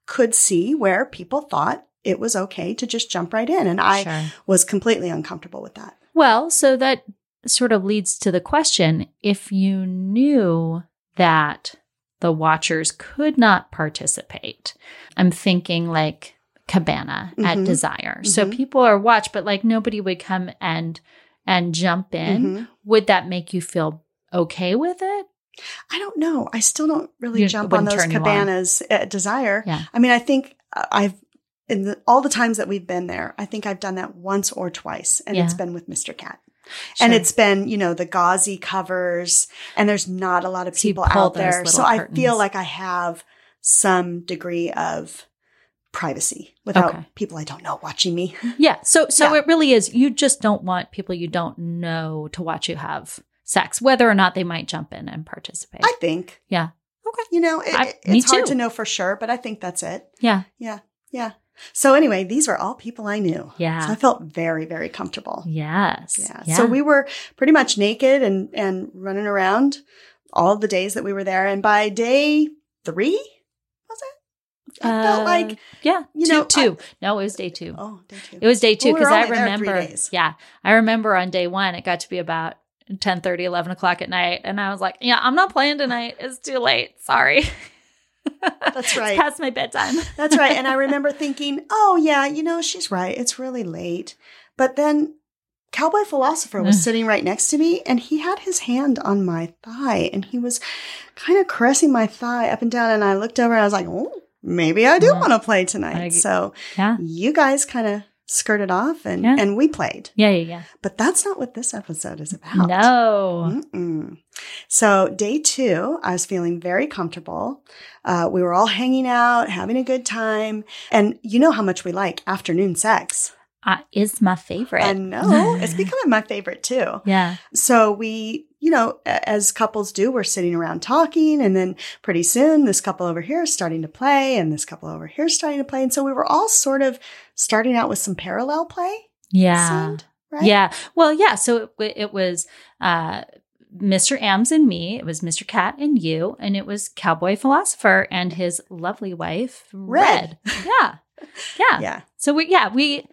Speaker 2: could see where people thought it was okay to just jump right in. And I
Speaker 1: Sure.
Speaker 2: was completely uncomfortable with that.
Speaker 1: Well, so that sort of leads to the question if you knew that the watchers could not participate, I'm thinking like cabana at
Speaker 2: Mhm.
Speaker 1: desire. So
Speaker 2: Mhm.
Speaker 1: people are watched, but like nobody would come and and jump in.
Speaker 2: Mhm.
Speaker 1: Would that make you feel okay with it?
Speaker 2: I don't know. I still don't really
Speaker 1: You- it
Speaker 2: jump on
Speaker 1: wouldn't
Speaker 2: those
Speaker 1: turn you on.
Speaker 2: cabanas at Desire.
Speaker 1: Yeah.
Speaker 2: I mean, I think uh, I've, in the, all the times that we've been there, I think I've done that once or twice, and it's
Speaker 1: Yeah.
Speaker 2: been with Mr. Cat. And
Speaker 1: Sure.
Speaker 2: it's been, you know, the gauzy covers, and there's not a lot of
Speaker 1: So you
Speaker 2: people
Speaker 1: pull
Speaker 2: out
Speaker 1: those
Speaker 2: there.
Speaker 1: little
Speaker 2: So I feel
Speaker 1: curtains.
Speaker 2: like I have some degree of privacy without
Speaker 1: Okay.
Speaker 2: people I don't know watching me.
Speaker 1: yeah. So so
Speaker 2: Yeah.
Speaker 1: it really is you just don't want people you don't know to watch you have sex, whether or not they might jump in and participate.
Speaker 2: I think.
Speaker 1: Yeah.
Speaker 2: Okay. You know, it,
Speaker 1: I-
Speaker 2: it-
Speaker 1: me
Speaker 2: it's hard
Speaker 1: too.
Speaker 2: to know for sure, but I think that's it.
Speaker 1: yeah.
Speaker 2: So anyway, these were all people I knew. So I
Speaker 1: Yeah.
Speaker 2: felt very, very comfortable.
Speaker 1: Yes.
Speaker 2: Yeah. So we were pretty much naked and and running around all the days that we were there. And by day three, was it? I
Speaker 1: Uh,
Speaker 2: felt like
Speaker 1: yeah,
Speaker 2: you
Speaker 1: two,
Speaker 2: know, I-
Speaker 1: two. no, it was day two.
Speaker 2: oh, day two.
Speaker 1: It was day two
Speaker 2: Well, we
Speaker 1: because
Speaker 2: were
Speaker 1: I
Speaker 2: only there three
Speaker 1: remember.
Speaker 2: days.
Speaker 1: Yeah, I remember on day one it got to be about 10, 11 o'clock at night, and I was like, "Yeah, I'm not playing tonight. It's too late. Sorry." That's
Speaker 2: right.
Speaker 1: past my bedtime.
Speaker 2: That's right. And I remember thinking, oh, yeah, you know, she's right. It's really late. But then Cowboy Philosopher
Speaker 1: Mm.
Speaker 2: was sitting right next to me and he had his hand on my thigh and he was kind of caressing my thigh up and down. And I looked over and I was like, oh, maybe I do
Speaker 1: Mm.
Speaker 2: want to play tonight.
Speaker 1: I-
Speaker 2: so
Speaker 1: Yeah.
Speaker 2: you guys kind of skirted off and,
Speaker 1: Yeah.
Speaker 2: and we played.
Speaker 1: Yeah, yeah,
Speaker 2: But that's not what this episode is
Speaker 1: yeah.
Speaker 2: about. Mm.
Speaker 1: No.
Speaker 2: Mm-mm. So, day two, I was feeling very comfortable. Uh, we were all hanging out, having a good time. And you know how much we like afternoon sex.
Speaker 1: Uh, is my favorite.
Speaker 2: I know it's becoming my favorite too.
Speaker 1: yeah.
Speaker 2: So, we, you know, a- as couples do, we're sitting around talking. And then pretty soon, this couple over here is starting to play, and this couple over here is starting to play. And so, we were all sort of starting out with some parallel play,
Speaker 1: Yeah.
Speaker 2: Seemed right?
Speaker 1: Yeah. Well, yeah. So it, w- it was uh, Mr. Ams and me. It was Mr. Cat and you. And it was Cowboy Philosopher and his lovely wife, Red.
Speaker 2: Red.
Speaker 1: Yeah. yeah.
Speaker 2: Yeah.
Speaker 1: So we, yeah, we,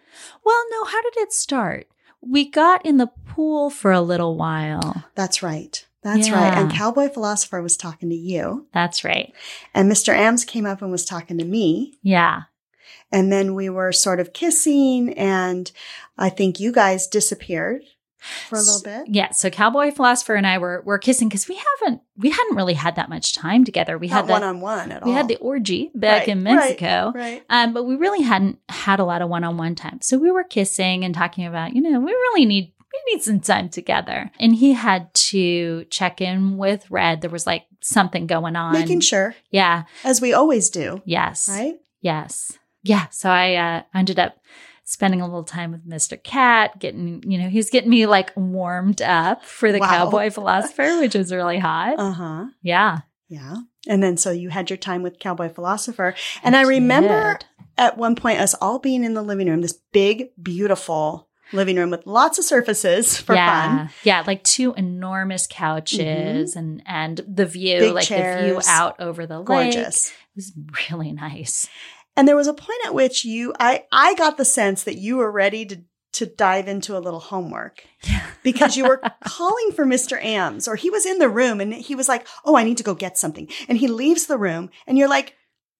Speaker 1: well, no, how did it start? We got in the pool for a little while.
Speaker 2: That's right. That's right. And
Speaker 1: Yeah.
Speaker 2: Cowboy Philosopher was talking to you.
Speaker 1: That's right.
Speaker 2: And Mr. Ams came up and was talking to me.
Speaker 1: Yeah.
Speaker 2: And then we were sort of kissing, and I think you guys disappeared for a little bit.
Speaker 1: Yeah. So Cowboy Philosopher and I were, were kissing because we haven't, we hadn't really had that much time together. We
Speaker 2: Not
Speaker 1: had
Speaker 2: one
Speaker 1: the,
Speaker 2: on one at all.
Speaker 1: we had the orgy back
Speaker 2: Right,
Speaker 1: in
Speaker 2: right,
Speaker 1: Mexico.
Speaker 2: right.
Speaker 1: Um, but we really hadn't had a lot of one-on-one time. So we were kissing and talking about, you know, we really need we need some time together. And he had to check in with Red. There was like something going on.
Speaker 2: Making sure,
Speaker 1: yeah.
Speaker 2: as we always do,
Speaker 1: Yes.
Speaker 2: right?
Speaker 1: Yes. Yeah. So I uh, ended up spending a little time with Mr. Cat, getting, you know, he's getting me like warmed up for the
Speaker 2: Wow.
Speaker 1: cowboy philosopher, which is really hot.
Speaker 2: Uh huh.
Speaker 1: yeah.
Speaker 2: Yeah. And then so you had your time with Cowboy Philosopher. And I remember
Speaker 1: did.
Speaker 2: at one point us all being in the living room, this big, beautiful living room with lots of surfaces for
Speaker 1: yeah.
Speaker 2: fun. Mm-hmm.
Speaker 1: Yeah, like two enormous couches and and the view,
Speaker 2: Big
Speaker 1: like the view
Speaker 2: chairs.
Speaker 1: out over the lake.
Speaker 2: Gorgeous.
Speaker 1: It was really nice.
Speaker 2: And there was a point at which you I I got the sense that you were ready to to dive into a little homework
Speaker 1: Yeah.
Speaker 2: because you were calling for Mr. Ams or he was in the room and he was like, "Oh, I need to go get something." And he leaves the room and you're like,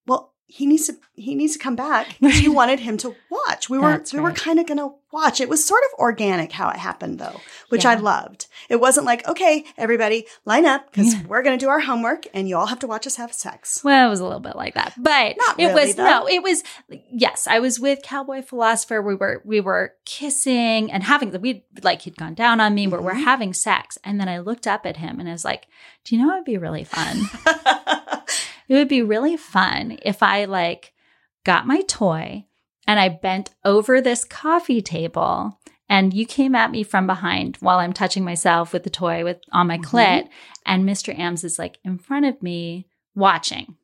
Speaker 2: "Well, he needs to he needs to come back." 'Cause you wanted him to watch. We were
Speaker 1: That's
Speaker 2: we were
Speaker 1: right.
Speaker 2: kind of going to watch. It was sort of organic how it happened though, which I
Speaker 1: Yeah.
Speaker 2: loved. It wasn't like, "Okay, everybody, line up because
Speaker 1: Yeah.
Speaker 2: we're going to do our homework and you all have to watch us have sex."
Speaker 1: Well, it was a little bit like that, but
Speaker 2: Not
Speaker 1: it
Speaker 2: really,
Speaker 1: was
Speaker 2: though.
Speaker 1: no, it was yes. I was with Cowboy Philosopher. We were we were kissing and having the we like he'd gone down on me, but we're
Speaker 2: Mhm.
Speaker 1: having sex, and then I looked up at him and I was like, "Do you know what would be really fun? it would be really fun if I like got my toy and I bent over this coffee table." And you came at me from behind while I'm touching myself with the toy with on my
Speaker 2: Mhm.
Speaker 1: clit, and Mr. Ams is like in front of me watching,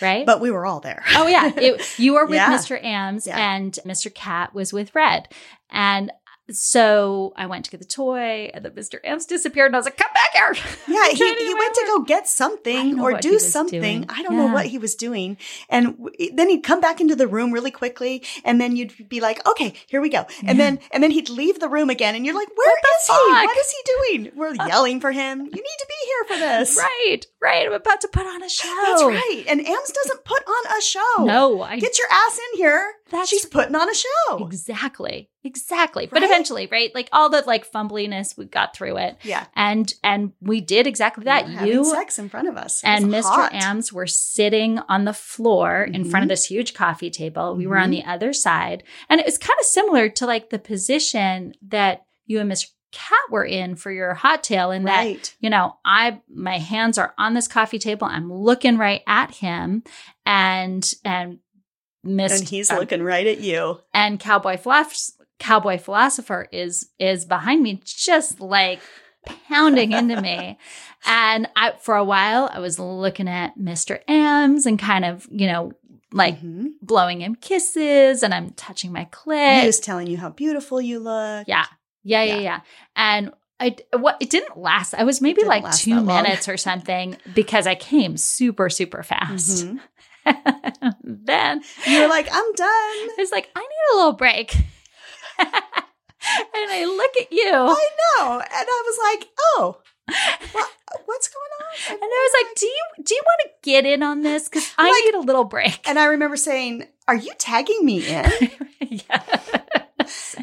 Speaker 1: right?
Speaker 2: but we were all there.
Speaker 1: Oh yeah, it, you were with
Speaker 2: Yeah.
Speaker 1: Mr. Ams
Speaker 2: Yeah.
Speaker 1: and Mr. Cat was with Red, and so I went to get the toy, and then Mr. Ams disappeared, and I was like, "Come back here!"
Speaker 2: Yeah, he,
Speaker 1: Trying to
Speaker 2: he
Speaker 1: do my
Speaker 2: went to go get
Speaker 1: I
Speaker 2: something
Speaker 1: know
Speaker 2: or
Speaker 1: what he
Speaker 2: do
Speaker 1: was
Speaker 2: something.
Speaker 1: doing.
Speaker 2: I don't know
Speaker 1: Yeah.
Speaker 2: what he was doing. And w- then he'd come back into the room really quickly, and then you'd be like, "Okay, here we go." And then and then he'd leave the room again, and you're like, "Where is he?
Speaker 1: fuck?" Uh,
Speaker 2: What is he doing?" We're yelling for him. You need to be here for this.
Speaker 1: Right, right. I'm about to put on a show.
Speaker 2: That's right. And Ams doesn't put on a show.
Speaker 1: No, I
Speaker 2: Get your ass in here.
Speaker 1: That's-
Speaker 2: She's putting on a show.
Speaker 1: exactly, exactly. But
Speaker 2: Oh. Right?
Speaker 1: eventually, right, like all the like fumbliness, we got through it,
Speaker 2: Yeah.
Speaker 1: and and we did exactly
Speaker 2: We're
Speaker 1: that.
Speaker 2: having
Speaker 1: You
Speaker 2: sex in front of us. It
Speaker 1: and
Speaker 2: was
Speaker 1: Mr.
Speaker 2: hot. Mm-hmm.
Speaker 1: Ams were sitting on the floor in front of this huge coffee table. We were on
Speaker 2: Mhm.
Speaker 1: the other side. And it was kind of similar to like the position that you and Mr. Cat were in for your hot tail in that
Speaker 2: right.
Speaker 1: you know, I my hands are on this coffee table. I'm looking right at him and and Mr.
Speaker 2: and he's
Speaker 1: um,
Speaker 2: looking right at you.
Speaker 1: and cowboy philosopher, cowboy philosopher is is behind me just like pounding into me and i for a while i was looking at mr ams and kind of you know like
Speaker 2: Mhm.
Speaker 1: blowing him kisses and i'm touching my
Speaker 2: He
Speaker 1: clit
Speaker 2: was telling you how beautiful you look.
Speaker 1: yeah yeah yeah
Speaker 2: Yeah.
Speaker 1: yeah, and I, what it didn't last. I was maybe
Speaker 2: didn't
Speaker 1: like
Speaker 2: last
Speaker 1: two
Speaker 2: that long.
Speaker 1: minutes or something because I came super super fast.
Speaker 2: Mhm.
Speaker 1: then
Speaker 2: You were like, I'm done.
Speaker 1: it's like, I need a little break. and I look at you
Speaker 2: I know. And I was like, oh, what, what's going on?
Speaker 1: and I was like, Do you do you want to get in on this? Because I
Speaker 2: Like-
Speaker 1: need a little break.
Speaker 2: And I remember saying, are you tagging me in?
Speaker 1: yeah.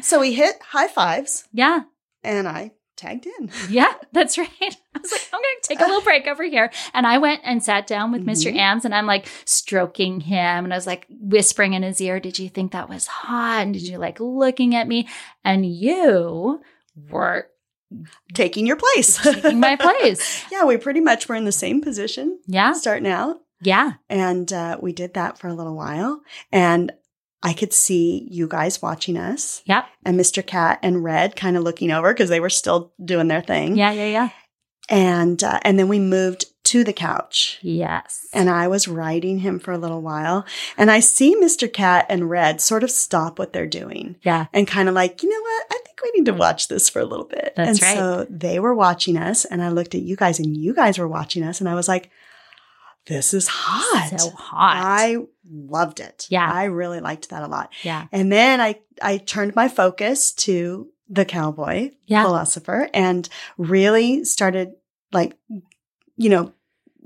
Speaker 2: so we hit high fives
Speaker 1: yeah.
Speaker 2: and I tagged in.
Speaker 1: Yeah, that's right. I was like, I'm gonna take a little break over here. And I went and sat down with Mr.
Speaker 2: Mhm.
Speaker 1: Ams and I'm like stroking him and I was like whispering in his ear, Did you think that was hot? And did you like looking at me? And you were
Speaker 2: Taking your place.
Speaker 1: taking my place.
Speaker 2: yeah, we pretty much were in the same position
Speaker 1: Yeah.
Speaker 2: starting out.
Speaker 1: Yeah.
Speaker 2: And uh, we did that for a little while. And I could see you guys watching us
Speaker 1: Yep.
Speaker 2: and Mr. Cat and Red kind of looking over because they were still doing their thing.
Speaker 1: Yeah, yeah, yeah.
Speaker 2: and uh, and then we moved to the couch
Speaker 1: Yes.
Speaker 2: and i was riding him for a little while and i see mr cat and red sort of stop what they're doing
Speaker 1: Yeah.
Speaker 2: and kind of like you know what i think we need to watch this for a little bit
Speaker 1: That's
Speaker 2: and so they were watching us and i looked at you guys and you guys were watching us and i was like this is hot
Speaker 1: So hot.
Speaker 2: i loved it
Speaker 1: Yeah.
Speaker 2: i really liked that a lot
Speaker 1: yeah.
Speaker 2: and then i i turned my focus to the cowboy
Speaker 1: Yeah.
Speaker 2: philosopher and really started like you know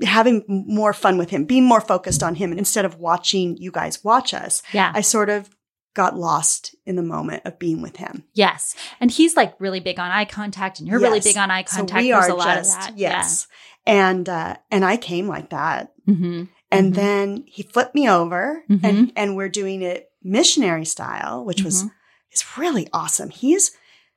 Speaker 2: having more fun with him being more focused on him and instead of watching you guys watch us
Speaker 1: Yeah.
Speaker 2: i sort of got lost in the moment of being with him
Speaker 1: Yes. And he's like really big on eye contact and you're really
Speaker 2: Yes.
Speaker 1: big on eye
Speaker 2: so
Speaker 1: contact.
Speaker 2: we
Speaker 1: There's
Speaker 2: are
Speaker 1: a lot
Speaker 2: just
Speaker 1: of that.
Speaker 2: yes Mm-hmm. and uh and i came like that
Speaker 1: Yeah. hmm
Speaker 2: and
Speaker 1: Mhm.
Speaker 2: then he flipped me over and
Speaker 1: Mhm.
Speaker 2: and we're doing it missionary style which was it's really awesome. He's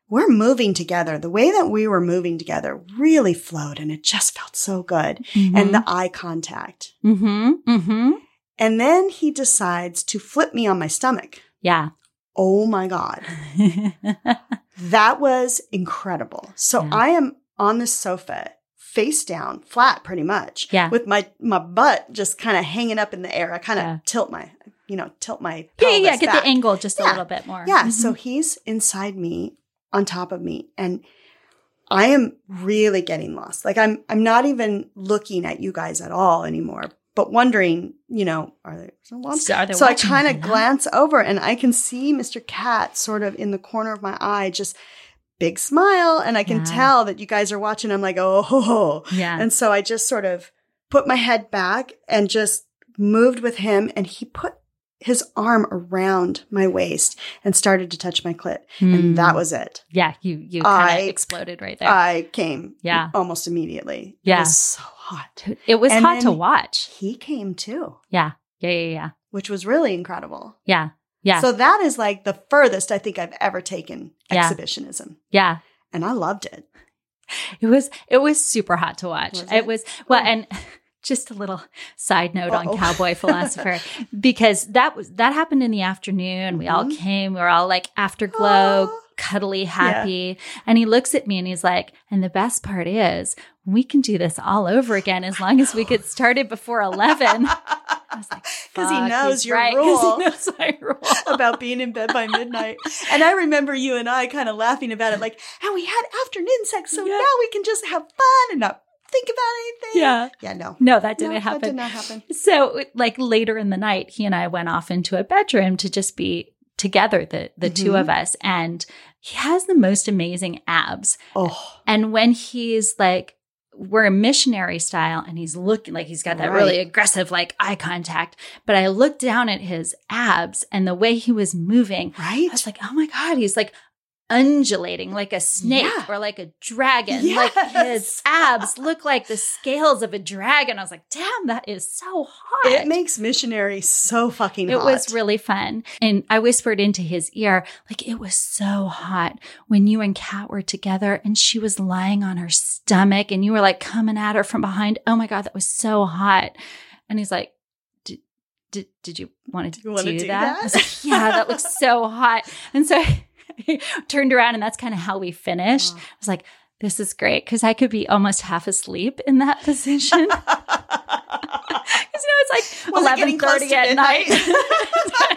Speaker 2: we're moving together. The way that we were moving together really flowed and it just felt so good. And the eye contact.
Speaker 1: Mm-hmm. Mm-hmm.
Speaker 2: And then he decides to flip me on my stomach.
Speaker 1: Yeah.
Speaker 2: Oh my God. That was incredible. So
Speaker 1: Yeah.
Speaker 2: I am on this sofa, face down, flat pretty much.
Speaker 1: Yeah.
Speaker 2: With my my butt just kind of hanging up in the air. I kind of
Speaker 1: Yeah.
Speaker 2: tilt my, you know, tilt my
Speaker 1: yeah, yeah,
Speaker 2: pelvis
Speaker 1: yeah. Get
Speaker 2: back.
Speaker 1: the angle just a
Speaker 2: Yeah.
Speaker 1: little bit more.
Speaker 2: Yeah.
Speaker 1: Mhm.
Speaker 2: So he's inside me, on top of me, and I am really getting lost. Like I'm I'm not even looking at you guys at all anymore, but wondering, you know, are there some lobsters?
Speaker 1: So, are they
Speaker 2: So I
Speaker 1: watching
Speaker 2: kind
Speaker 1: me
Speaker 2: of
Speaker 1: now?
Speaker 2: glance over and I can see Mr. Cat sort of in the corner of my eye, just big smile. And I can
Speaker 1: Yeah.
Speaker 2: tell that you guys are watching. I'm like, oh, ho, ho.
Speaker 1: Yeah.
Speaker 2: And so I just sort of put my head back and just moved with him. And he put his arm around my waist and started to touch my clit.
Speaker 1: Mm.
Speaker 2: And that was it.
Speaker 1: Yeah, you you
Speaker 2: I-
Speaker 1: kind of exploded right there.
Speaker 2: I came
Speaker 1: Yeah.
Speaker 2: almost immediately. It
Speaker 1: Yeah.
Speaker 2: was so hot.
Speaker 1: Dude, it was
Speaker 2: and
Speaker 1: hot to
Speaker 2: then-
Speaker 1: watch.
Speaker 2: He came too,
Speaker 1: Yeah. Yeah, yeah, yeah.
Speaker 2: which was really incredible.
Speaker 1: Yeah. Yeah.
Speaker 2: So that is like the furthest I think I've ever taken
Speaker 1: Yeah.
Speaker 2: exhibitionism.
Speaker 1: yeah.
Speaker 2: And I loved it.
Speaker 1: It was it was super hot to watch.
Speaker 2: Was
Speaker 1: it?
Speaker 2: it?
Speaker 1: was well
Speaker 2: Oh.
Speaker 1: and just a little side note
Speaker 2: Uh-oh.
Speaker 1: on cowboy philosopher because that was that happened in the afternoon. We all
Speaker 2: Mhm.
Speaker 1: came, we were all like afterglow,
Speaker 2: Aw.
Speaker 1: cuddly, happy. And he looks at me and he's like, and the best part is we can do this all over again as long as we get started before eleven. I was like,
Speaker 2: Because he
Speaker 1: "Fuck,
Speaker 2: knows
Speaker 1: he's
Speaker 2: your
Speaker 1: right," 'cause
Speaker 2: rule
Speaker 1: He knows my rule.
Speaker 2: about being in bed by midnight. And I remember you and I kind of laughing about it, like, how we had afternoon sex, so
Speaker 1: Yeah.
Speaker 2: now we can just have fun and not think about anything.
Speaker 1: Yeah.
Speaker 2: Yeah, no.
Speaker 1: No, that didn't
Speaker 2: No,
Speaker 1: happen.
Speaker 2: That did not happen.
Speaker 1: So, like later in the night, he and I went off into a bedroom to just be together, the the two
Speaker 2: Mhm.
Speaker 1: of us, and he has the most amazing abs.
Speaker 2: Oh,
Speaker 1: And when he's like, we're a missionary style, and he's looking like he's got that
Speaker 2: Right.
Speaker 1: really aggressive like eye contact. But I looked down at his abs and the way he was moving. I
Speaker 2: right?
Speaker 1: was like, oh my god, he's like undulating like a snake
Speaker 2: Yeah.
Speaker 1: or like a dragon. Like his
Speaker 2: Yes.
Speaker 1: abs look like the scales of a dragon. I was like, damn, that is so hot.
Speaker 2: it makes missionary so fucking
Speaker 1: It
Speaker 2: hot.
Speaker 1: was really fun. And I whispered into his ear, like, it was so hot when you and Kat were together and she was lying on her stomach and you were like coming at her from behind. Oh my God, that was so hot. And he's like, "Did- did, did you want to
Speaker 2: you wanna
Speaker 1: do,
Speaker 2: do
Speaker 1: that? I
Speaker 2: that?
Speaker 1: was like, yeah, that looks so hot. And so I turned around, and that's kind of how we finished. I was like, this is great because I could be almost half asleep in that position. Because you know it's like
Speaker 2: Was it
Speaker 1: eleven
Speaker 2: getting close
Speaker 1: thirty
Speaker 2: to
Speaker 1: at night.
Speaker 2: midnight?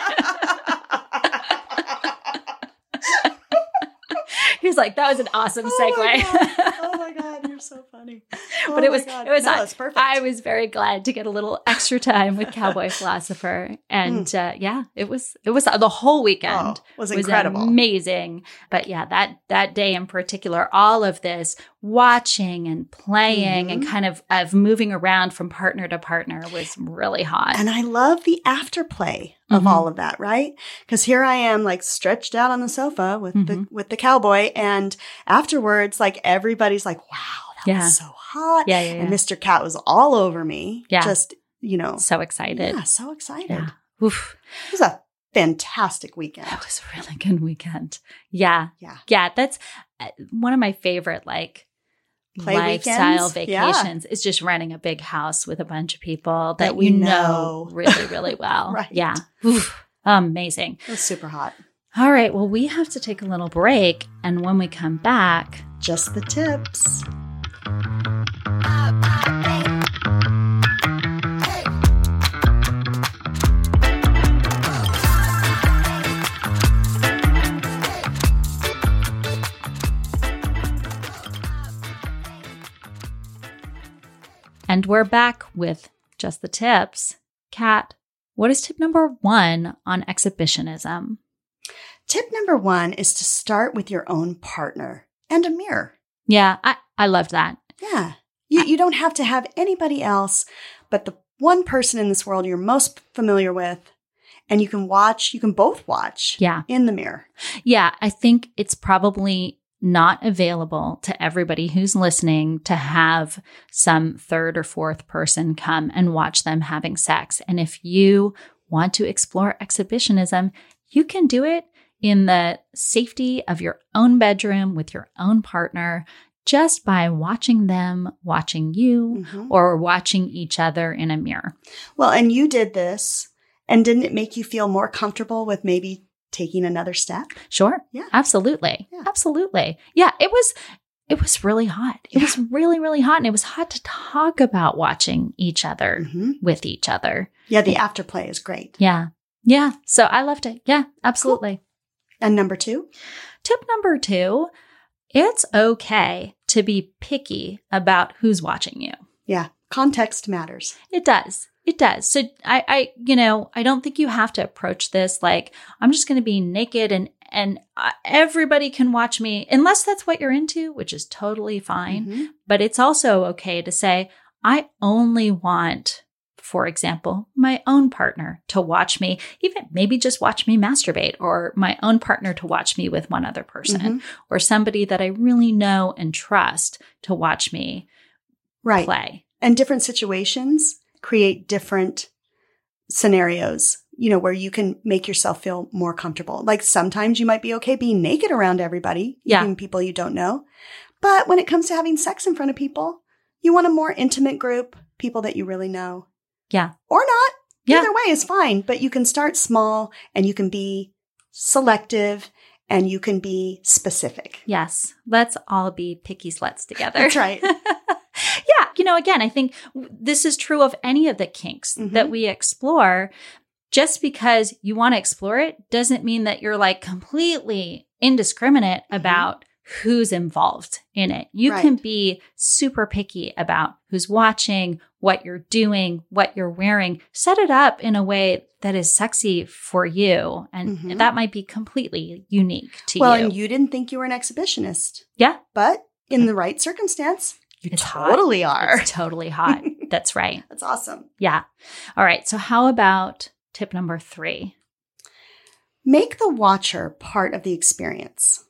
Speaker 1: He's like, that was an awesome
Speaker 2: Oh my God.
Speaker 1: segue.
Speaker 2: Oh my god, you're so funny. Oh
Speaker 1: But it was- it was
Speaker 2: no,
Speaker 1: hot.
Speaker 2: it's perfect.
Speaker 1: I was very glad to get a little extra time with Cowboy Philosopher, and uh, yeah, it was it was the whole
Speaker 2: Hmm. Oh,
Speaker 1: weekend
Speaker 2: was
Speaker 1: was
Speaker 2: incredible.
Speaker 1: amazing. But yeah, that that day in particular, all of this watching and playing
Speaker 2: Mm-hmm.
Speaker 1: and kind of of moving around from partner to partner was really hot.
Speaker 2: And I love the afterplay of
Speaker 1: Mhm.
Speaker 2: all of that, right? Because here I am, like stretched out on the sofa with the
Speaker 1: Mm-hmm.
Speaker 2: with the cowboy, and afterwards, like everybody's like, "Wow, that
Speaker 1: Yeah.
Speaker 2: was so hot!"
Speaker 1: yeah, yeah,
Speaker 2: And
Speaker 1: yeah.
Speaker 2: Mr. Cat was all over me,
Speaker 1: Yeah.
Speaker 2: just you know,
Speaker 1: so excited.
Speaker 2: yeah, so excited.
Speaker 1: Yeah. Oof.
Speaker 2: It was a fantastic weekend.
Speaker 1: That was a really good weekend. Yeah.
Speaker 2: Yeah.
Speaker 1: Yeah. That's uh, one of my favorite, like,
Speaker 2: Play
Speaker 1: lifestyle
Speaker 2: weekends? Yeah.
Speaker 1: vacations is just renting a big house with a bunch of people that,
Speaker 2: That we
Speaker 1: you know
Speaker 2: know.
Speaker 1: really, really well.
Speaker 2: Right.
Speaker 1: Yeah. Oof. Amazing.
Speaker 2: It was super hot.
Speaker 1: All right. Well, we have to take a little break. And when we come back,
Speaker 2: Just the tips.
Speaker 1: and we're back with just the tips. Kat, what is tip number one on exhibitionism?
Speaker 2: Tip number one is to start with your own partner and a mirror.
Speaker 1: Yeah. I, I loved that.
Speaker 2: Yeah. You, you don't have to have anybody else but the one person in this world you're most familiar with. And you can watch, you can both watch
Speaker 1: Yeah.
Speaker 2: in the mirror.
Speaker 1: Yeah, I think it's probably not available to everybody who's listening to have some third or fourth person come and watch them having sex. And if you want to explore exhibitionism, you can do it in the safety of your own bedroom with your own partner. just by watching them watching you
Speaker 2: Mhm.
Speaker 1: or watching each other in a mirror.
Speaker 2: Well, and you did this, and didn't it make you feel more comfortable with maybe taking another step?
Speaker 1: Sure.
Speaker 2: Yeah.
Speaker 1: Absolutely.
Speaker 2: Yeah.
Speaker 1: Absolutely. Yeah, it was it was really hot. It
Speaker 2: Yeah.
Speaker 1: was really really hot and it was hot to talk about watching each other
Speaker 2: Mm-hmm.
Speaker 1: with each other.
Speaker 2: Yeah, the afterplay is great.
Speaker 1: Yeah. Yeah. So I loved it. Yeah, absolutely.
Speaker 2: And number two,
Speaker 1: Tip number 2, it's okay to be picky about who's watching you.
Speaker 2: yeah, context matters.
Speaker 1: It does. It does. So I, I, you know, I don't think you have to approach this like I'm just going to be naked and and uh, everybody can watch me, unless that's what you're into, which is totally fine.
Speaker 2: Mhm.
Speaker 1: But it's also okay to say I only want, for example, my own partner to watch me, even maybe just watch me masturbate, or my own partner to watch me with one other person,
Speaker 2: Mhm.
Speaker 1: or somebody that I really know and trust to watch me
Speaker 2: Right.
Speaker 1: play.
Speaker 2: And different situations create different scenarios, you know, where you can make yourself feel more comfortable. Like sometimes you might be okay being naked around everybody,
Speaker 1: Yeah.
Speaker 2: even people you don't know. But when it comes to having sex in front of people, you want a more intimate group, people that you really know.
Speaker 1: Yeah.
Speaker 2: Or not.
Speaker 1: Yeah.
Speaker 2: Either way is fine, but you can start small and you can be selective and you can be specific.
Speaker 1: Yes, let's all be picky sluts together.
Speaker 2: That's right.
Speaker 1: yeah, you know, again, I think w- this is true of any of the kinks
Speaker 2: Mhm.
Speaker 1: that we explore. Just because you want to explore it doesn't mean that you're like completely indiscriminate
Speaker 2: Mhm.
Speaker 1: about who's involved in it. You can
Speaker 2: Right.
Speaker 1: be super picky about who's watching, what you're doing, what you're wearing. Set it up in a way that is sexy for you. And
Speaker 2: Mhm.
Speaker 1: that might be completely unique to
Speaker 2: well,
Speaker 1: you.
Speaker 2: and you didn't think you were an exhibitionist.
Speaker 1: Yeah.
Speaker 2: But in the right circumstance,
Speaker 1: you
Speaker 2: totally are.
Speaker 1: It's totally hot. That's right.
Speaker 2: That's awesome.
Speaker 1: Yeah. All right. So, how about tip number three?
Speaker 2: Make the watcher part of the experience.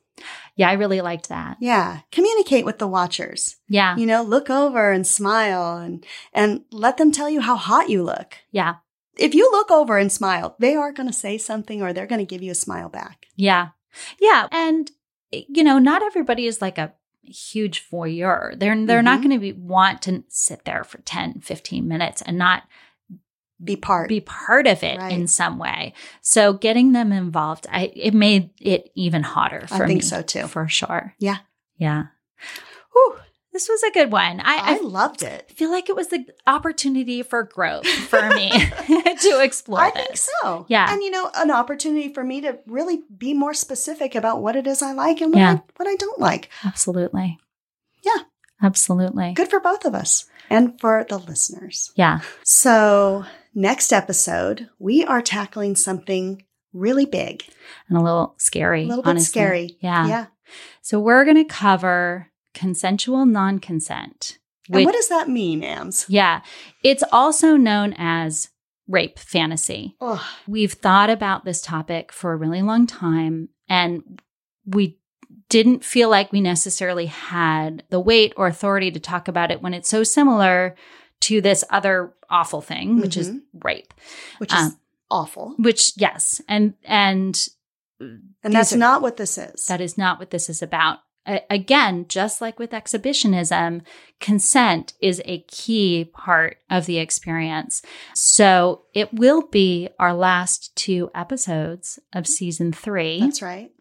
Speaker 1: Yeah, I really liked that.
Speaker 2: Yeah, communicate with the watchers.
Speaker 1: Yeah.
Speaker 2: You know, look over and smile and and let them tell you how hot you look.
Speaker 1: Yeah.
Speaker 2: If you look over and smile, they are going to say something or they're going to give you a smile back.
Speaker 1: Yeah. Yeah. And, you know, not everybody is like a huge voyeur. They're, they're not
Speaker 2: Mhm.
Speaker 1: going to be want to sit there for 10, 15 minutes and not
Speaker 2: Be part.
Speaker 1: be part of it
Speaker 2: Right.
Speaker 1: in some way. So, getting them involved, I, it made it even hotter
Speaker 2: I
Speaker 1: for
Speaker 2: think
Speaker 1: me,
Speaker 2: so, too.
Speaker 1: For sure.
Speaker 2: Yeah.
Speaker 1: Yeah.
Speaker 2: Whew,
Speaker 1: This was a good one. I,
Speaker 2: I
Speaker 1: I
Speaker 2: loved it.
Speaker 1: I feel like it was the opportunity for growth for me to explore
Speaker 2: I
Speaker 1: this.
Speaker 2: think so.
Speaker 1: Yeah.
Speaker 2: And you know, an opportunity for me to really be more specific about what it is I like and what,
Speaker 1: Yeah.
Speaker 2: I, what I don't like.
Speaker 1: Absolutely.
Speaker 2: Yeah.
Speaker 1: Absolutely.
Speaker 2: Good for both of us and for the listeners.
Speaker 1: Yeah.
Speaker 2: So, next episode, we are tackling something really big,
Speaker 1: And a little scary.
Speaker 2: a little bit
Speaker 1: honestly.
Speaker 2: scary.
Speaker 1: Yeah.
Speaker 2: Yeah.
Speaker 1: So we're going to cover consensual non consent.
Speaker 2: and what does that mean, Ams?
Speaker 1: yeah. It's also known as rape fantasy.
Speaker 2: Oh,
Speaker 1: We've thought about this topic for a really long time and we didn't feel like we necessarily had the weight or authority to talk about it when it's so similar to this other awful thing, which is
Speaker 2: Mhm.
Speaker 1: rape.
Speaker 2: which is
Speaker 1: Um,
Speaker 2: awful.
Speaker 1: Which yes, and and
Speaker 2: And that's
Speaker 1: these are-
Speaker 2: not what this is.
Speaker 1: that is not what this is about. A- again, just like with exhibitionism, consent is a key part of the experience. So it will be our last two episodes of season three.
Speaker 2: That's right.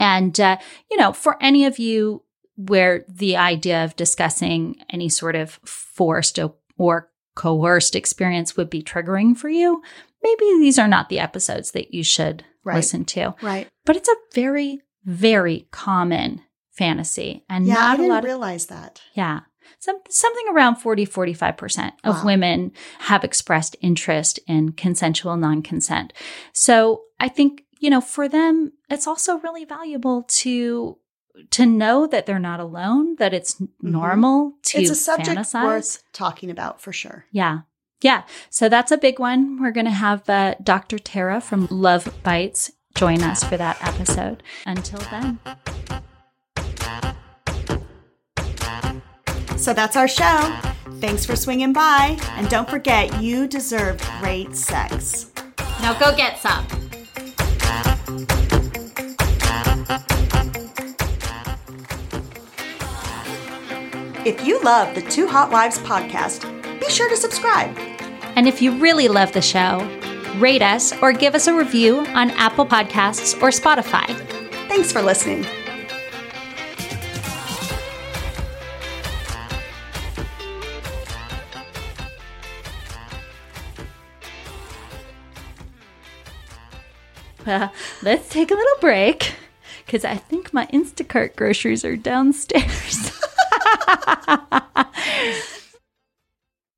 Speaker 1: And, uh, you know, for any of you where the idea of discussing any sort of forced o- or coerced experience would be triggering for you, maybe these are not the episodes that you should
Speaker 2: Right.
Speaker 1: listen to.
Speaker 2: Right.
Speaker 1: But it's a very, very common fantasy. And
Speaker 2: Yeah, I
Speaker 1: not a
Speaker 2: didn't
Speaker 1: lot of,
Speaker 2: realize that.
Speaker 1: yeah. Some, something around 40, 45% of
Speaker 2: Wow.
Speaker 1: women have expressed interest in consensual non consent. So I think, you know, for them, it's also really valuable to. To know that they're not alone, that it's normal to
Speaker 2: It's a subject
Speaker 1: fantasize.
Speaker 2: worth talking about for sure.
Speaker 1: Yeah. Yeah. So that's a big one. We're going to have uh, Dr. Tara from Love Bites join us for that episode. Until then.
Speaker 2: So that's our show. Thanks for swinging by. And don't forget, you deserve great sex.
Speaker 1: Now go get some.
Speaker 2: If you love the Two Hot Wives podcast, be sure to subscribe.
Speaker 1: And if you really love the show, rate us or give us a review on Apple Podcasts or Spotify.
Speaker 2: Thanks for listening.
Speaker 1: Well, let's take a little break because I think my Instacart groceries are downstairs.